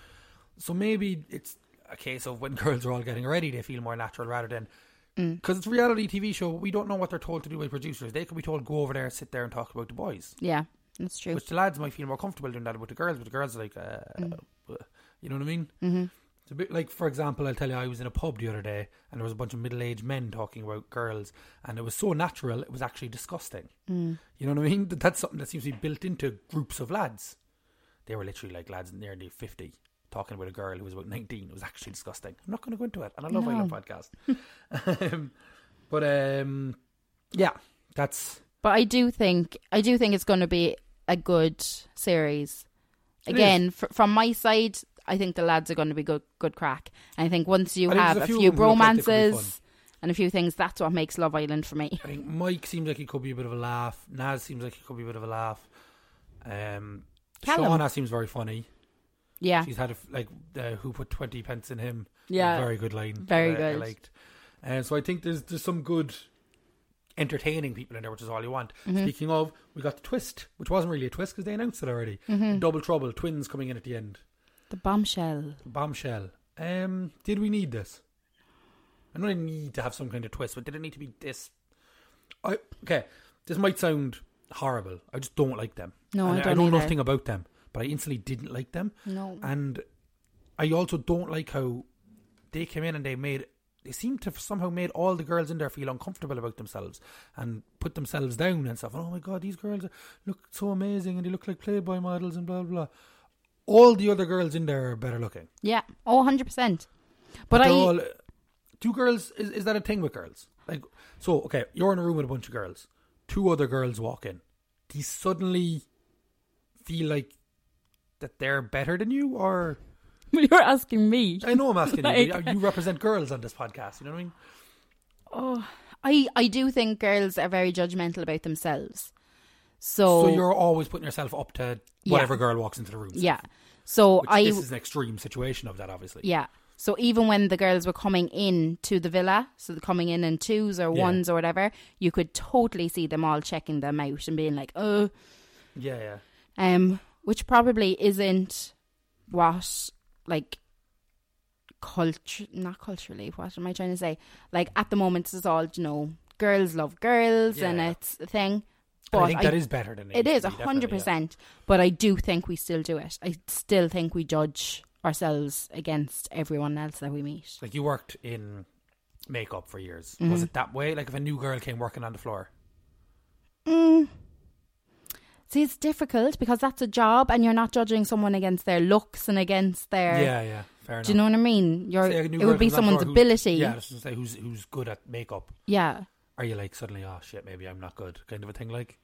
Speaker 1: So maybe it's a case of when girls are all getting ready, they feel more natural rather than.
Speaker 2: Mm.
Speaker 1: Because it's a reality TV show, we don't know what they're told to do by producers. They could be told, go over there, sit there, and talk about the boys.
Speaker 2: Yeah. That's true.
Speaker 1: Which the lads might feel more comfortable doing that about the girls, but the girls are like, uh, uh, you know what I mean? Mm-hmm. It's a bit like, for example, I'll tell you, I was in a pub the other day and there was a bunch of middle aged men talking about girls, and it was so natural, it was actually disgusting. Mm. You know what I mean? That- That's something that seems to be built into groups of lads. They were literally like lads nearly 50 talking about a girl who was about 19. It was actually disgusting. I'm not going to go into it on a Love
Speaker 2: No.
Speaker 1: Island podcast. um, but um, yeah, that's.
Speaker 2: But I do think I do think it's going to be a good series.
Speaker 1: It
Speaker 2: Again, fr- from my side, I think the lads are going to be good good crack. And I think once you
Speaker 1: I think
Speaker 2: have
Speaker 1: there's
Speaker 2: a
Speaker 1: a few
Speaker 2: few,
Speaker 1: of them who look like they could be
Speaker 2: bromances and a few things, that's what makes Love Island for me.
Speaker 1: I think Mike seems like he could be a bit of a laugh. Naz seems like he could be a bit of a laugh. Um,
Speaker 2: Callum.
Speaker 1: Shauna seems very funny.
Speaker 2: Yeah,
Speaker 1: She's had a f like uh, who put twenty pence in him.
Speaker 2: Yeah.
Speaker 1: very good line.
Speaker 2: Very
Speaker 1: that I- I
Speaker 2: good.
Speaker 1: liked. And so I think there's there's some good entertaining people in there, which is all you want.
Speaker 2: Mm. Mm-hmm,
Speaker 1: Speaking of, we got the twist, which wasn't really a twist because they announced it already.
Speaker 2: Mm.
Speaker 1: Double trouble, twins coming in at the end.
Speaker 2: mm-hmm. the bombshell.
Speaker 1: Bombshell. Um, did we need this? I know they need to have some kind of twist, but did it need to be this? I okay. This might sound horrible. I just don't like them.
Speaker 2: No, I
Speaker 1: And I
Speaker 2: don't
Speaker 1: know
Speaker 2: either.
Speaker 1: nothing about them, but I instantly didn't like them.
Speaker 2: No.
Speaker 1: and I also don't like how they came in and they made they seem to have somehow made all the girls in there feel uncomfortable about themselves and put themselves down and stuff. And oh my god, these girls look so amazing and they look like Playboy models and blah blah. blah. All the other girls in there are better looking.
Speaker 2: Yeah. Oh, 100%. But I.
Speaker 1: They're all two girls. Is, is that a thing with girls? Like so? Okay, you're in a room with a bunch of girls. Two other girls walk in. Do you suddenly feel like that they're better than you, or
Speaker 2: You're asking me.
Speaker 1: I know I'm asking you.
Speaker 2: Like-
Speaker 1: but You represent girls on this podcast. You know what I mean?
Speaker 2: Oh, I I do think girls are very judgmental about themselves. So,
Speaker 1: So you're always putting yourself up to
Speaker 2: Oh. Yeah.
Speaker 1: whatever girl walks into the room.
Speaker 2: yeah. So
Speaker 1: Which
Speaker 2: I
Speaker 1: this is an extreme situation of that, obviously.
Speaker 2: yeah. So even when the girls were coming in to the villa, so they're coming in in twos or
Speaker 1: Yeah.
Speaker 2: ones or whatever, you could totally see them all checking them out and being like, "Oh,
Speaker 1: Yeah, yeah.
Speaker 2: um," which probably isn't what like culture, not culturally. What am I trying to say? Like at the moment, it's all you know, girls love girls, and
Speaker 1: Yeah.
Speaker 2: it's a thing.
Speaker 1: And
Speaker 2: But
Speaker 1: I think that is better than used
Speaker 2: It is a
Speaker 1: to be, definitely,
Speaker 2: hundred percent. But I do think we still do it. I still think we judge ourselves against everyone else that we meet.
Speaker 1: yeah. Like you worked in makeup for years.
Speaker 2: Mm-hmm.
Speaker 1: Was it that way? Like if a new girl came working on the floor,
Speaker 2: Mm. See, it's difficult because that's a job, and you're not judging someone against their looks and against their.
Speaker 1: Yeah, yeah. Fair enough.
Speaker 2: Do you know what I mean? You're,
Speaker 1: Say a new
Speaker 2: it
Speaker 1: girl
Speaker 2: would be
Speaker 1: comes on the
Speaker 2: someone's
Speaker 1: floor who-
Speaker 2: ability.
Speaker 1: Yeah, I was gonna say who's who's good at makeup.
Speaker 2: yeah.
Speaker 1: Are you like suddenly, oh shit, maybe I'm not good, kind of a thing? Like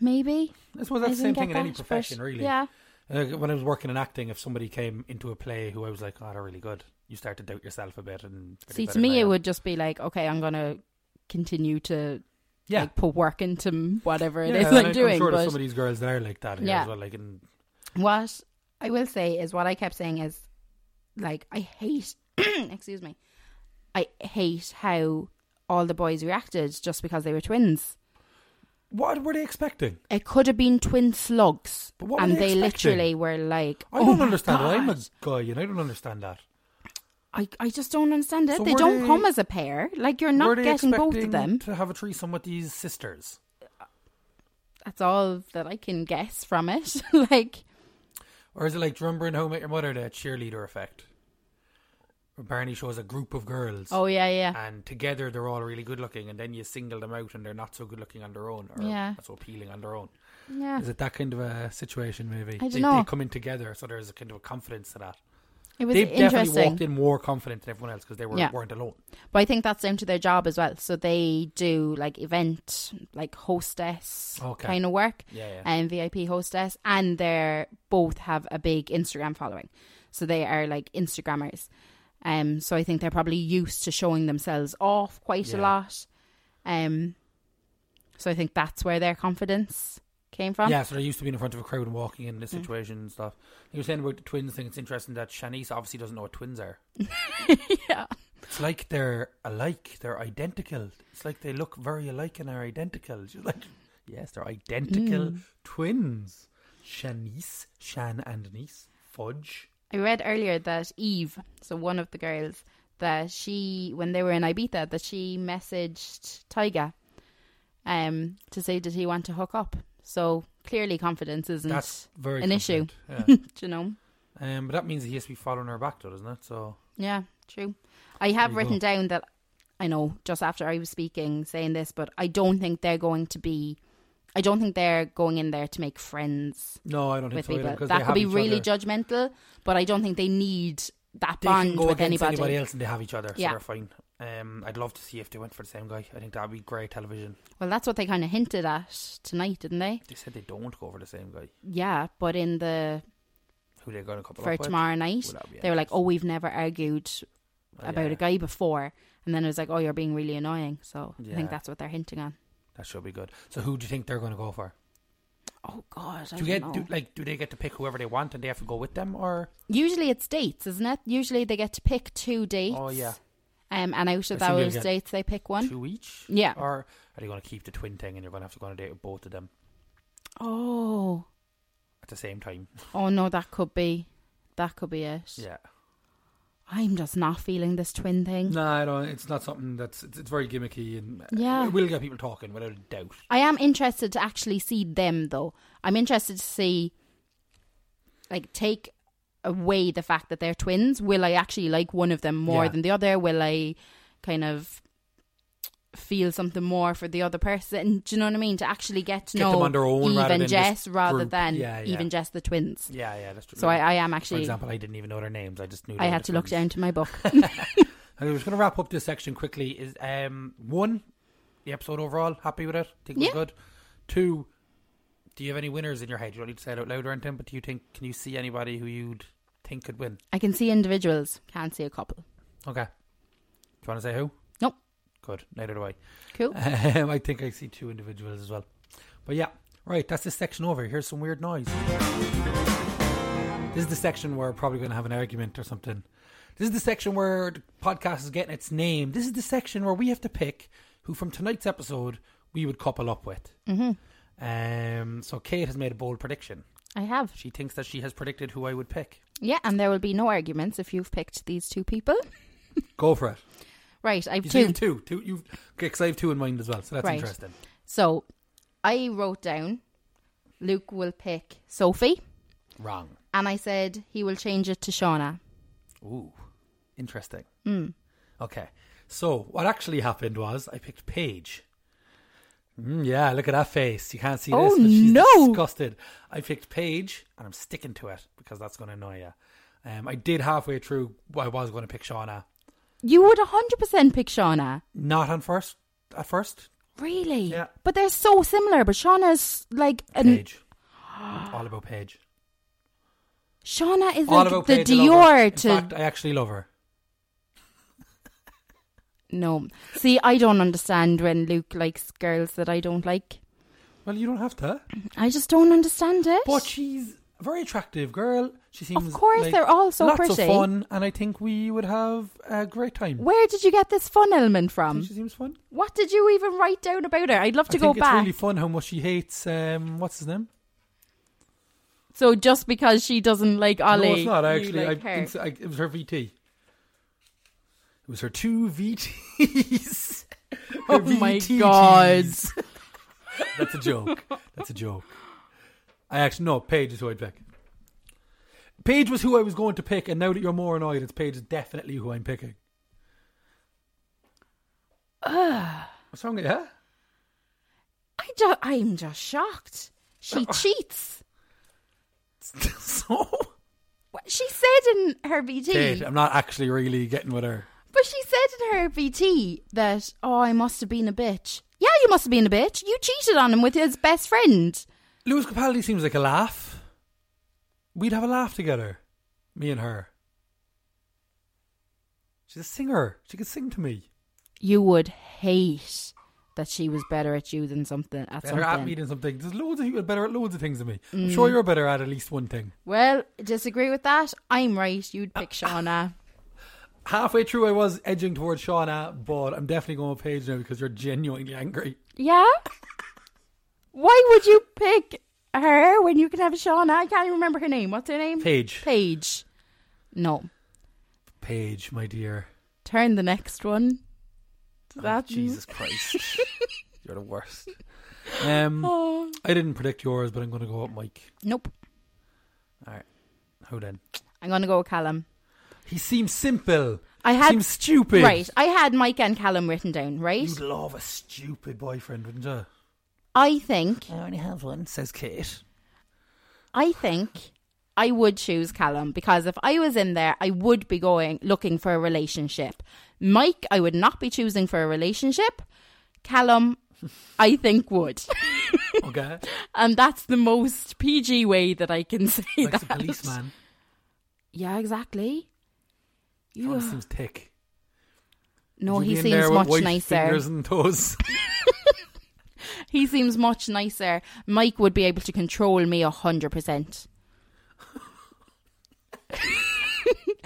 Speaker 2: Maybe.
Speaker 1: I suppose that's
Speaker 2: I
Speaker 1: the same
Speaker 2: didn't
Speaker 1: thing
Speaker 2: get
Speaker 1: in any
Speaker 2: that, but
Speaker 1: profession, really.
Speaker 2: Yeah.
Speaker 1: Uh, when I was working in acting, if somebody came into a play who I was like, "Oh, they're really good," you start to doubt yourself a bit. And are they
Speaker 2: See,
Speaker 1: better
Speaker 2: to
Speaker 1: than I
Speaker 2: me, it
Speaker 1: am?
Speaker 2: would just be like, okay, I'm gonna continue to
Speaker 1: yeah,
Speaker 2: like put work into whatever it
Speaker 1: yeah,
Speaker 2: is
Speaker 1: and
Speaker 2: I'm
Speaker 1: I'm
Speaker 2: doing.
Speaker 1: sure
Speaker 2: but
Speaker 1: there's some of these girls that are like that. Yeah,
Speaker 2: Yeah.
Speaker 1: as well. like in,
Speaker 2: what I will say is what I kept saying is like I hate excuse me. I hate how all the boys reacted just because they were twins.
Speaker 1: what were they expecting?
Speaker 2: It could have been twin slugs.
Speaker 1: But what were
Speaker 2: and
Speaker 1: they
Speaker 2: they,
Speaker 1: expecting?
Speaker 2: literally were like
Speaker 1: I
Speaker 2: "Oh
Speaker 1: don't
Speaker 2: my
Speaker 1: understand.
Speaker 2: God."
Speaker 1: I'm a guy, and I don't understand that.
Speaker 2: I, I just don't understand it.
Speaker 1: So
Speaker 2: they
Speaker 1: were
Speaker 2: don't
Speaker 1: they-
Speaker 2: come as a pair. Like you're
Speaker 1: were
Speaker 2: not
Speaker 1: they
Speaker 2: getting both of
Speaker 1: expecting
Speaker 2: them.
Speaker 1: to have a threesome with these sisters?
Speaker 2: That's all that I can guess from it. like
Speaker 1: Or is it like do you remember in Home at Your Mother that cheerleader effect, where Barney shows a group of girls?
Speaker 2: oh yeah, yeah.
Speaker 1: and together they're all really good looking, and then you single them out, and they're not so good looking on their own, or
Speaker 2: Yeah.
Speaker 1: not so appealing on their own.
Speaker 2: Yeah.
Speaker 1: Is it that kind of a situation? Maybe
Speaker 2: don't
Speaker 1: they,
Speaker 2: know.
Speaker 1: they come in together, so there's a kind of a confidence to that.
Speaker 2: It was
Speaker 1: They definitely
Speaker 2: interesting.
Speaker 1: walked in more confident than everyone else because they were,
Speaker 2: Yeah.
Speaker 1: weren't alone.
Speaker 2: But I think that's down to their job as well. So they do like event, like hostess
Speaker 1: Okay.
Speaker 2: kind of work, um,
Speaker 1: Yeah, yeah.
Speaker 2: and VIP hostess, and they're both have a big Instagram following. So they are like Instagrammers. Um, so I think they're probably used to showing themselves off quite a
Speaker 1: Yeah.
Speaker 2: lot. Um, so I think that's where their confidence came from.
Speaker 1: yeah, so they're used to being in front of a crowd and walking
Speaker 2: Hmm.
Speaker 1: in this situation and stuff. You were saying about the twins thing. It's interesting that Shanice obviously doesn't know what twins are.
Speaker 2: yeah.
Speaker 1: It's like they're alike. They're identical. It's like they look very alike and are identical. She's like, yes, they're identical
Speaker 2: Hmm.
Speaker 1: twins. Shanice, Shan and Niece, Fudge.
Speaker 2: I read earlier that Eve, so one of the girls, that she when they were in Ibiza, that she messaged Tyga, um, to say did he want to hook up. So clearly, confidence isn't,
Speaker 1: That's very
Speaker 2: an issue.
Speaker 1: confident,
Speaker 2: do you know?
Speaker 1: Yeah. um, but that means he has to be following her back, though, doesn't it? So
Speaker 2: Yeah, true. I have
Speaker 1: There you go.
Speaker 2: written down that I know just after I was speaking saying this, but I don't think they're going to be. I don't think they're going in there to make friends
Speaker 1: no, I don't think
Speaker 2: with
Speaker 1: so either.
Speaker 2: people.
Speaker 1: 'cause they
Speaker 2: That
Speaker 1: have
Speaker 2: could be
Speaker 1: each
Speaker 2: really
Speaker 1: other.
Speaker 2: judgmental, but I don't think they need that
Speaker 1: They
Speaker 2: bond
Speaker 1: can go
Speaker 2: with
Speaker 1: against
Speaker 2: anybody.
Speaker 1: else, and they have each other,
Speaker 2: Yeah.
Speaker 1: so they're fine. Um, I'd love to see if they went for the same guy. I think that'd be great television.
Speaker 2: Well, that's what they kind of hinted at tonight, didn't they?
Speaker 1: They said they don't go for the same guy.
Speaker 2: Yeah, but in the
Speaker 1: Who they're going to couple
Speaker 2: for
Speaker 1: up with?
Speaker 2: tomorrow night,
Speaker 1: Well, that'd be
Speaker 2: they were like, "Oh,
Speaker 1: interesting.
Speaker 2: we've never argued
Speaker 1: Oh,
Speaker 2: about
Speaker 1: yeah.
Speaker 2: a guy before," and then it was like, "Oh, you're being really annoying." So I
Speaker 1: Yeah.
Speaker 2: think that's what they're hinting on.
Speaker 1: That should be good. So who do you think they're going to go for?
Speaker 2: Oh God, I
Speaker 1: Do
Speaker 2: don't
Speaker 1: you get
Speaker 2: know.
Speaker 1: do, like do they get to pick whoever they want and they have to go with them or
Speaker 2: Usually it's dates, isn't it? Usually they get to pick two dates.
Speaker 1: oh yeah
Speaker 2: Um, and out of
Speaker 1: I assume you'll
Speaker 2: those
Speaker 1: get
Speaker 2: dates, they pick one.
Speaker 1: two each
Speaker 2: Yeah.
Speaker 1: or are they going to keep the twin thing and you're going to have to go on a date with both of them
Speaker 2: Oh,
Speaker 1: at the same time?
Speaker 2: oh no, that could be, that could be it.
Speaker 1: Yeah,
Speaker 2: I'm just not feeling this twin thing.
Speaker 1: No, I don't. It's not something that's. It's, it's very gimmicky and
Speaker 2: Yeah.
Speaker 1: it will get people talking without a doubt.
Speaker 2: I am interested to actually see them though. I'm interested to see like take away the fact that they're twins. Will I actually like one of them more
Speaker 1: Yeah.
Speaker 2: than the other? Will I kind of feel something more for the other person? Do you know what I mean? To actually get to
Speaker 1: Get
Speaker 2: know
Speaker 1: them on their own
Speaker 2: Eve
Speaker 1: rather
Speaker 2: and
Speaker 1: than
Speaker 2: Jess
Speaker 1: this
Speaker 2: rather
Speaker 1: group.
Speaker 2: than
Speaker 1: Yeah, yeah.
Speaker 2: even Jess the twins.
Speaker 1: Yeah, yeah, that's true.
Speaker 2: So I, I am
Speaker 1: for
Speaker 2: actually
Speaker 1: example, I didn't even know their names. I just knew.
Speaker 2: I had to look
Speaker 1: down.
Speaker 2: down to my book.
Speaker 1: And we're just going to wrap up this section quickly. Is um one the episode overall happy with it? Think it was
Speaker 2: Yeah.
Speaker 1: good. Two, do you have any winners in your head? You don't need to say it out loud or anything, but do you think can you see anybody who you'd think could win?
Speaker 2: I can see individuals, can't see a couple.
Speaker 1: Okay. Do you want to say who?
Speaker 2: Nope.
Speaker 1: Good. Neither do I.
Speaker 2: Cool.
Speaker 1: Um, I think I see two individuals as well. But yeah, right. That's this section over. Here's some weird noise. This is the section where we're probably going to have an argument or something. This is the section where the podcast is getting its name. This is the section where we have to pick who from tonight's episode we would couple up with. Mm-hmm. Um, so Kate has made a bold prediction.
Speaker 2: I have.
Speaker 1: She thinks that she has predicted who I would pick.
Speaker 2: Yeah, and there will be no arguments if you've picked these two people.
Speaker 1: Go for it.
Speaker 2: Right, I've
Speaker 1: You
Speaker 2: two.
Speaker 1: two. have two. Two. You've because I have two in mind as well. So that's
Speaker 2: Right.
Speaker 1: interesting.
Speaker 2: So I wrote down Luke will pick Sophie,
Speaker 1: Wrong.
Speaker 2: and I said he will change it to Shauna.
Speaker 1: Ooh, interesting.
Speaker 2: Hmm.
Speaker 1: Okay, so what actually happened was I picked Paige. Mm, yeah, look at that face. You can't see
Speaker 2: Oh,
Speaker 1: this, but she's
Speaker 2: no.
Speaker 1: disgusted. I picked Paige, and I'm sticking to it because that's going to annoy you. Um, I did halfway through. I was going to pick Shauna,
Speaker 2: You would 100% pick Shauna.
Speaker 1: not on first. At first,
Speaker 2: Really?
Speaker 1: Yeah.
Speaker 2: But they're so similar, but Shauna's like an
Speaker 1: Paige. All about Paige.
Speaker 2: Shauna is
Speaker 1: All
Speaker 2: like
Speaker 1: about
Speaker 2: the
Speaker 1: Paige. I love her.
Speaker 2: Dior
Speaker 1: In
Speaker 2: to
Speaker 1: fact, I actually love her.
Speaker 2: No. See, I don't understand when Luke likes girls that I don't like.
Speaker 1: Well, you don't have to,
Speaker 2: I just don't understand it.
Speaker 1: but she's a very attractive girl. She seems
Speaker 2: course,
Speaker 1: like
Speaker 2: they're all so
Speaker 1: lots
Speaker 2: pretty.
Speaker 1: of fun, and I think we would have a great time.
Speaker 2: Where did you get this fun element
Speaker 1: Think
Speaker 2: from?
Speaker 1: she seems fun.
Speaker 2: What did you even write down about her? I'd love to
Speaker 1: I
Speaker 2: go
Speaker 1: think it's
Speaker 2: back.
Speaker 1: really fun how much she hates. Um, what's his name?
Speaker 2: So just because she doesn't like Ollie,
Speaker 1: no, it's not
Speaker 2: you
Speaker 1: actually.
Speaker 2: like
Speaker 1: I,
Speaker 2: her.
Speaker 1: ins- I, it was her VT. It was her two VTs. Her
Speaker 2: Oh my
Speaker 1: VTTs.
Speaker 2: God.
Speaker 1: That's a joke. That's a joke. I actually no. Paige is who I'd pick. Paige was who I was going to pick, and now that you're more annoyed, it's Paige is definitely who I'm picking. What's wrong with you? huh?
Speaker 2: I ju- I'm just shocked. She cheats.
Speaker 1: so,
Speaker 2: What- She said in her VT,
Speaker 1: Kate, I'm not actually really getting with her.
Speaker 2: but she said in her VT that oh, I must have been a bitch. Yeah, you must have been a bitch. You cheated on him with his best friend.
Speaker 1: Lewis Capaldi seems like a laugh. We'd have a laugh together, me and her. She's a singer. She could sing to me.
Speaker 2: You would hate that she was better at you than something at
Speaker 1: Better at me
Speaker 2: something. Mm.
Speaker 1: than something. There's loads of people better at loads of things than me. I'm sure you're better at at least one thing.
Speaker 2: Well, disagree with that. I'm right. You'd pick Shauna.
Speaker 1: Halfway through, I was edging towards Shauna, but I'm definitely going with Paige now because you're genuinely angry.
Speaker 2: Yeah. Why would you pick her when you can have Shauna? I can't even remember her name. What's her name?
Speaker 1: Paige.
Speaker 2: Paige. No.
Speaker 1: Paige, my dear.
Speaker 2: Turn the next one.
Speaker 1: Oh,
Speaker 2: That
Speaker 1: Jesus Christ. you're the worst. Um,
Speaker 2: Oh.
Speaker 1: I didn't predict yours, but I'm going to go with Mike.
Speaker 2: Nope.
Speaker 1: All right. Who then?
Speaker 2: I'm gonna go with Callum.
Speaker 1: He seems simple.
Speaker 2: I had
Speaker 1: seems stupid.
Speaker 2: right. I had Mike and Callum written down. Right.
Speaker 1: You'd love a stupid boyfriend, wouldn't you?
Speaker 2: I think.
Speaker 3: I already have one.
Speaker 1: Says Kate.
Speaker 2: I think I would choose Callum because if I was in there, I would be going looking for a relationship. Mike, I would not be choosing for a relationship. Callum, I think would.
Speaker 1: Okay.
Speaker 2: and that's the most PG way that I can say
Speaker 1: Likes a
Speaker 2: that.
Speaker 1: policeman.
Speaker 2: Yeah, exactly.
Speaker 1: That one Oh, seems thick.
Speaker 2: No,
Speaker 1: You'd
Speaker 2: he
Speaker 1: be in there
Speaker 2: seems
Speaker 1: with
Speaker 2: much
Speaker 1: white
Speaker 2: nicer.
Speaker 1: Fingers and toes.
Speaker 2: He seems much nicer. Mike would be able to control me a hundred percent.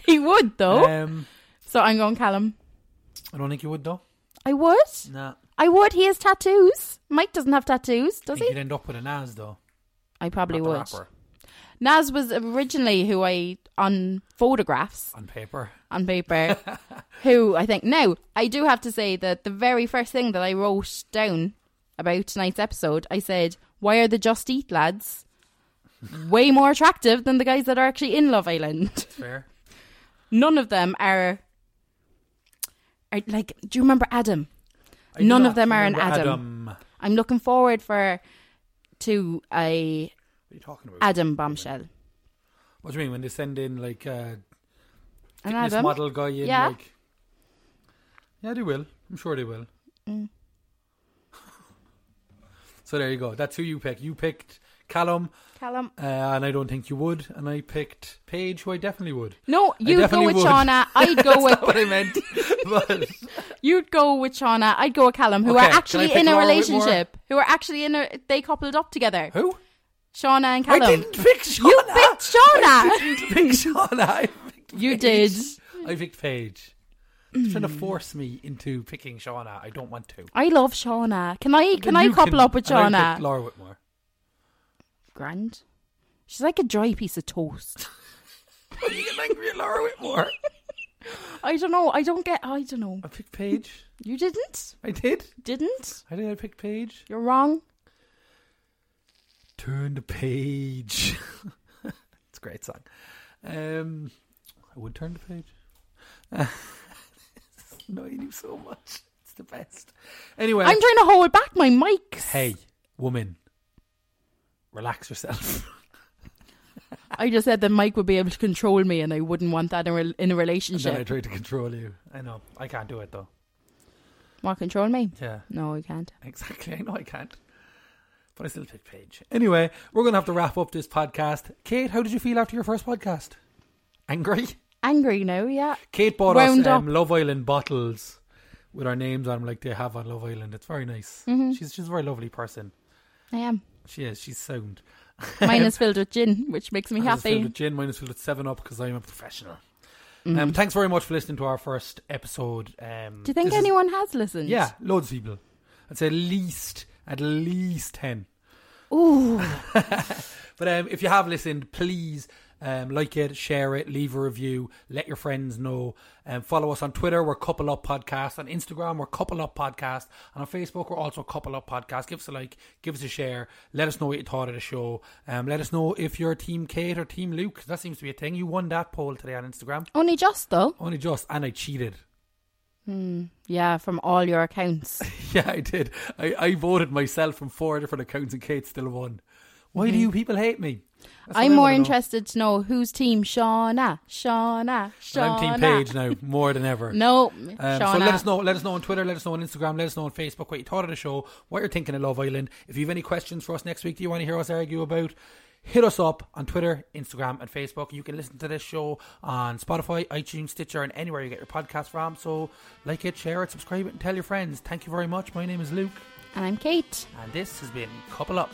Speaker 2: He would though.
Speaker 1: Um,
Speaker 2: so I'm going Callum.
Speaker 1: I don't think you would though.
Speaker 2: I would.
Speaker 1: Nah.
Speaker 2: I would. He has tattoos. Mike doesn't have tattoos, does
Speaker 1: I think
Speaker 2: he?
Speaker 1: you'd end up with an as though.
Speaker 2: I probably
Speaker 1: not the
Speaker 2: would.
Speaker 1: rapper.
Speaker 2: Nas was originally who I on photographs
Speaker 1: on paper.
Speaker 2: on paper. who I think now I do have to say that the very first thing that I wrote down about tonight's episode, I said, "Why are the Just Eat lads way more attractive than the guys that are actually in Love Island?"
Speaker 1: Fair.
Speaker 2: None of them are. Are like, do you remember Adam?
Speaker 1: I do
Speaker 2: None of
Speaker 1: not
Speaker 2: them are an
Speaker 1: remember
Speaker 2: Adam.
Speaker 1: Adam.
Speaker 2: I'm looking forward for to a
Speaker 1: What are you talking about?
Speaker 2: Adam bombshell.
Speaker 1: What do you mean when they send in like uh,
Speaker 2: An
Speaker 1: fitness
Speaker 2: Adam.
Speaker 1: model guy in
Speaker 2: Yeah.
Speaker 1: like? Yeah, they will. I'm sure they will.
Speaker 2: Mm.
Speaker 1: so there you go. That's who you pick. You picked Callum,
Speaker 2: Callum.
Speaker 1: uh, and I don't think you would. And I picked Paige, who I definitely would.
Speaker 2: No, you'd go
Speaker 1: definitely
Speaker 2: with
Speaker 1: would.
Speaker 2: Shauna. I'd go with
Speaker 1: That's what I meant. but
Speaker 2: you'd go with Shauna. I'd go with Callum, who
Speaker 1: Okay,
Speaker 2: are
Speaker 1: can I
Speaker 2: actually
Speaker 1: pick
Speaker 2: in a
Speaker 1: Laura Whitmore?
Speaker 2: relationship. Who are actually in a they coupled up together.
Speaker 1: who?
Speaker 2: Shauna and
Speaker 1: I
Speaker 2: Callum.
Speaker 1: didn't pick Shauna.
Speaker 2: You picked Shauna.
Speaker 1: I didn't pick Shauna. I picked
Speaker 2: You
Speaker 1: Paige.
Speaker 2: did. Mm.
Speaker 1: I picked Paige. It's trying to force me into picking Shauna. I don't want to.
Speaker 2: I love Shauna. Can I can
Speaker 1: But
Speaker 2: I
Speaker 1: you
Speaker 2: couple up with
Speaker 1: and I
Speaker 2: Shauna?
Speaker 1: picked Laura Whitmore.
Speaker 2: Grand. She's like a dry piece of toast.
Speaker 1: Are you getting angry at Laura Whitmore?
Speaker 2: I don't know. I don't get. I don't know.
Speaker 1: I picked Paige.
Speaker 2: You didn't?
Speaker 1: I did.
Speaker 2: Didn't?
Speaker 1: I did. I picked Paige.
Speaker 2: You're wrong.
Speaker 1: Turn the page. it's a great song. Um, I would turn the page. it's annoying you so much. It's the best. Anyway,
Speaker 2: I'm trying to hold back my mics.
Speaker 1: hey, woman, relax yourself.
Speaker 2: I just said that Mike would be able to control me, and I wouldn't want that in a, in a
Speaker 1: and
Speaker 2: relationship.
Speaker 1: then I try to control you. I know. I can't do it though.
Speaker 2: Want to control me?
Speaker 1: Yeah.
Speaker 2: No, I can't.
Speaker 1: Exactly. I know I can't. But I still pick Paige. Anyway, we're going to have to wrap up this podcast. Kate, how did you feel after your first podcast? Angry?
Speaker 2: Angry now, yeah.
Speaker 1: Kate bought
Speaker 2: Wound
Speaker 1: us um,
Speaker 2: up.
Speaker 1: Love Island bottles with our names on them, like they have on Love Island. It's very nice.
Speaker 2: Mm-hmm.
Speaker 1: She's, she's a very lovely person.
Speaker 2: I am.
Speaker 1: She is. She's sound.
Speaker 2: Mine is filled with gin, which makes me
Speaker 1: Mine is filled
Speaker 2: happy.
Speaker 1: with gin. Mine is filled with 7 Up because I'm a professional. Um, thanks very much for listening to our first episode. Um,
Speaker 2: Mm-hmm. Do you think
Speaker 1: this is-
Speaker 2: anyone has listened?
Speaker 1: yeah, loads of people. I'd say at least, at least 10.
Speaker 2: Ooh,
Speaker 1: But um, if you have listened, please um, like it, share it, leave a review, let your friends know. Um, follow us on Twitter, we're Couple Up Podcast. On Instagram, we're Couple Up Podcast. And on Facebook, we're also Couple Up Podcast. Give us a like, give us a share. Let us know what you thought of the show. Um, let us know if you're Team Kate or Team Luke. 'cause That seems to be a thing. You won that poll today on Instagram.
Speaker 2: only just though.
Speaker 1: Only just, and I cheated.
Speaker 2: Yeah, from all your accounts.
Speaker 1: Yeah, I did. I, I voted myself from four different accounts, and Kate still won. Why do you people hate me? That's what
Speaker 2: Mm-hmm. I'm
Speaker 1: I
Speaker 2: more
Speaker 1: wanna know.
Speaker 2: interested to know whose team Shauna, Shauna, Shauna.
Speaker 1: And I'm Team Page now, more than ever.
Speaker 2: No,
Speaker 1: Um,
Speaker 2: Shauna.
Speaker 1: so let us know. Let us know on Twitter. Let us know on Instagram. Let us know on Facebook what you thought of the show. What you're thinking of Love Island. If you have any questions for us next week, do you want to hear us argue about? Hit us up on Twitter, Instagram, and Facebook. You can listen to this show on Spotify, iTunes, Stitcher, and anywhere you get your podcast from. So like it, share it, subscribe it, and tell your friends. Thank you very much. My name is Luke,
Speaker 2: And I'm Kate.
Speaker 1: and this has been Couple Up.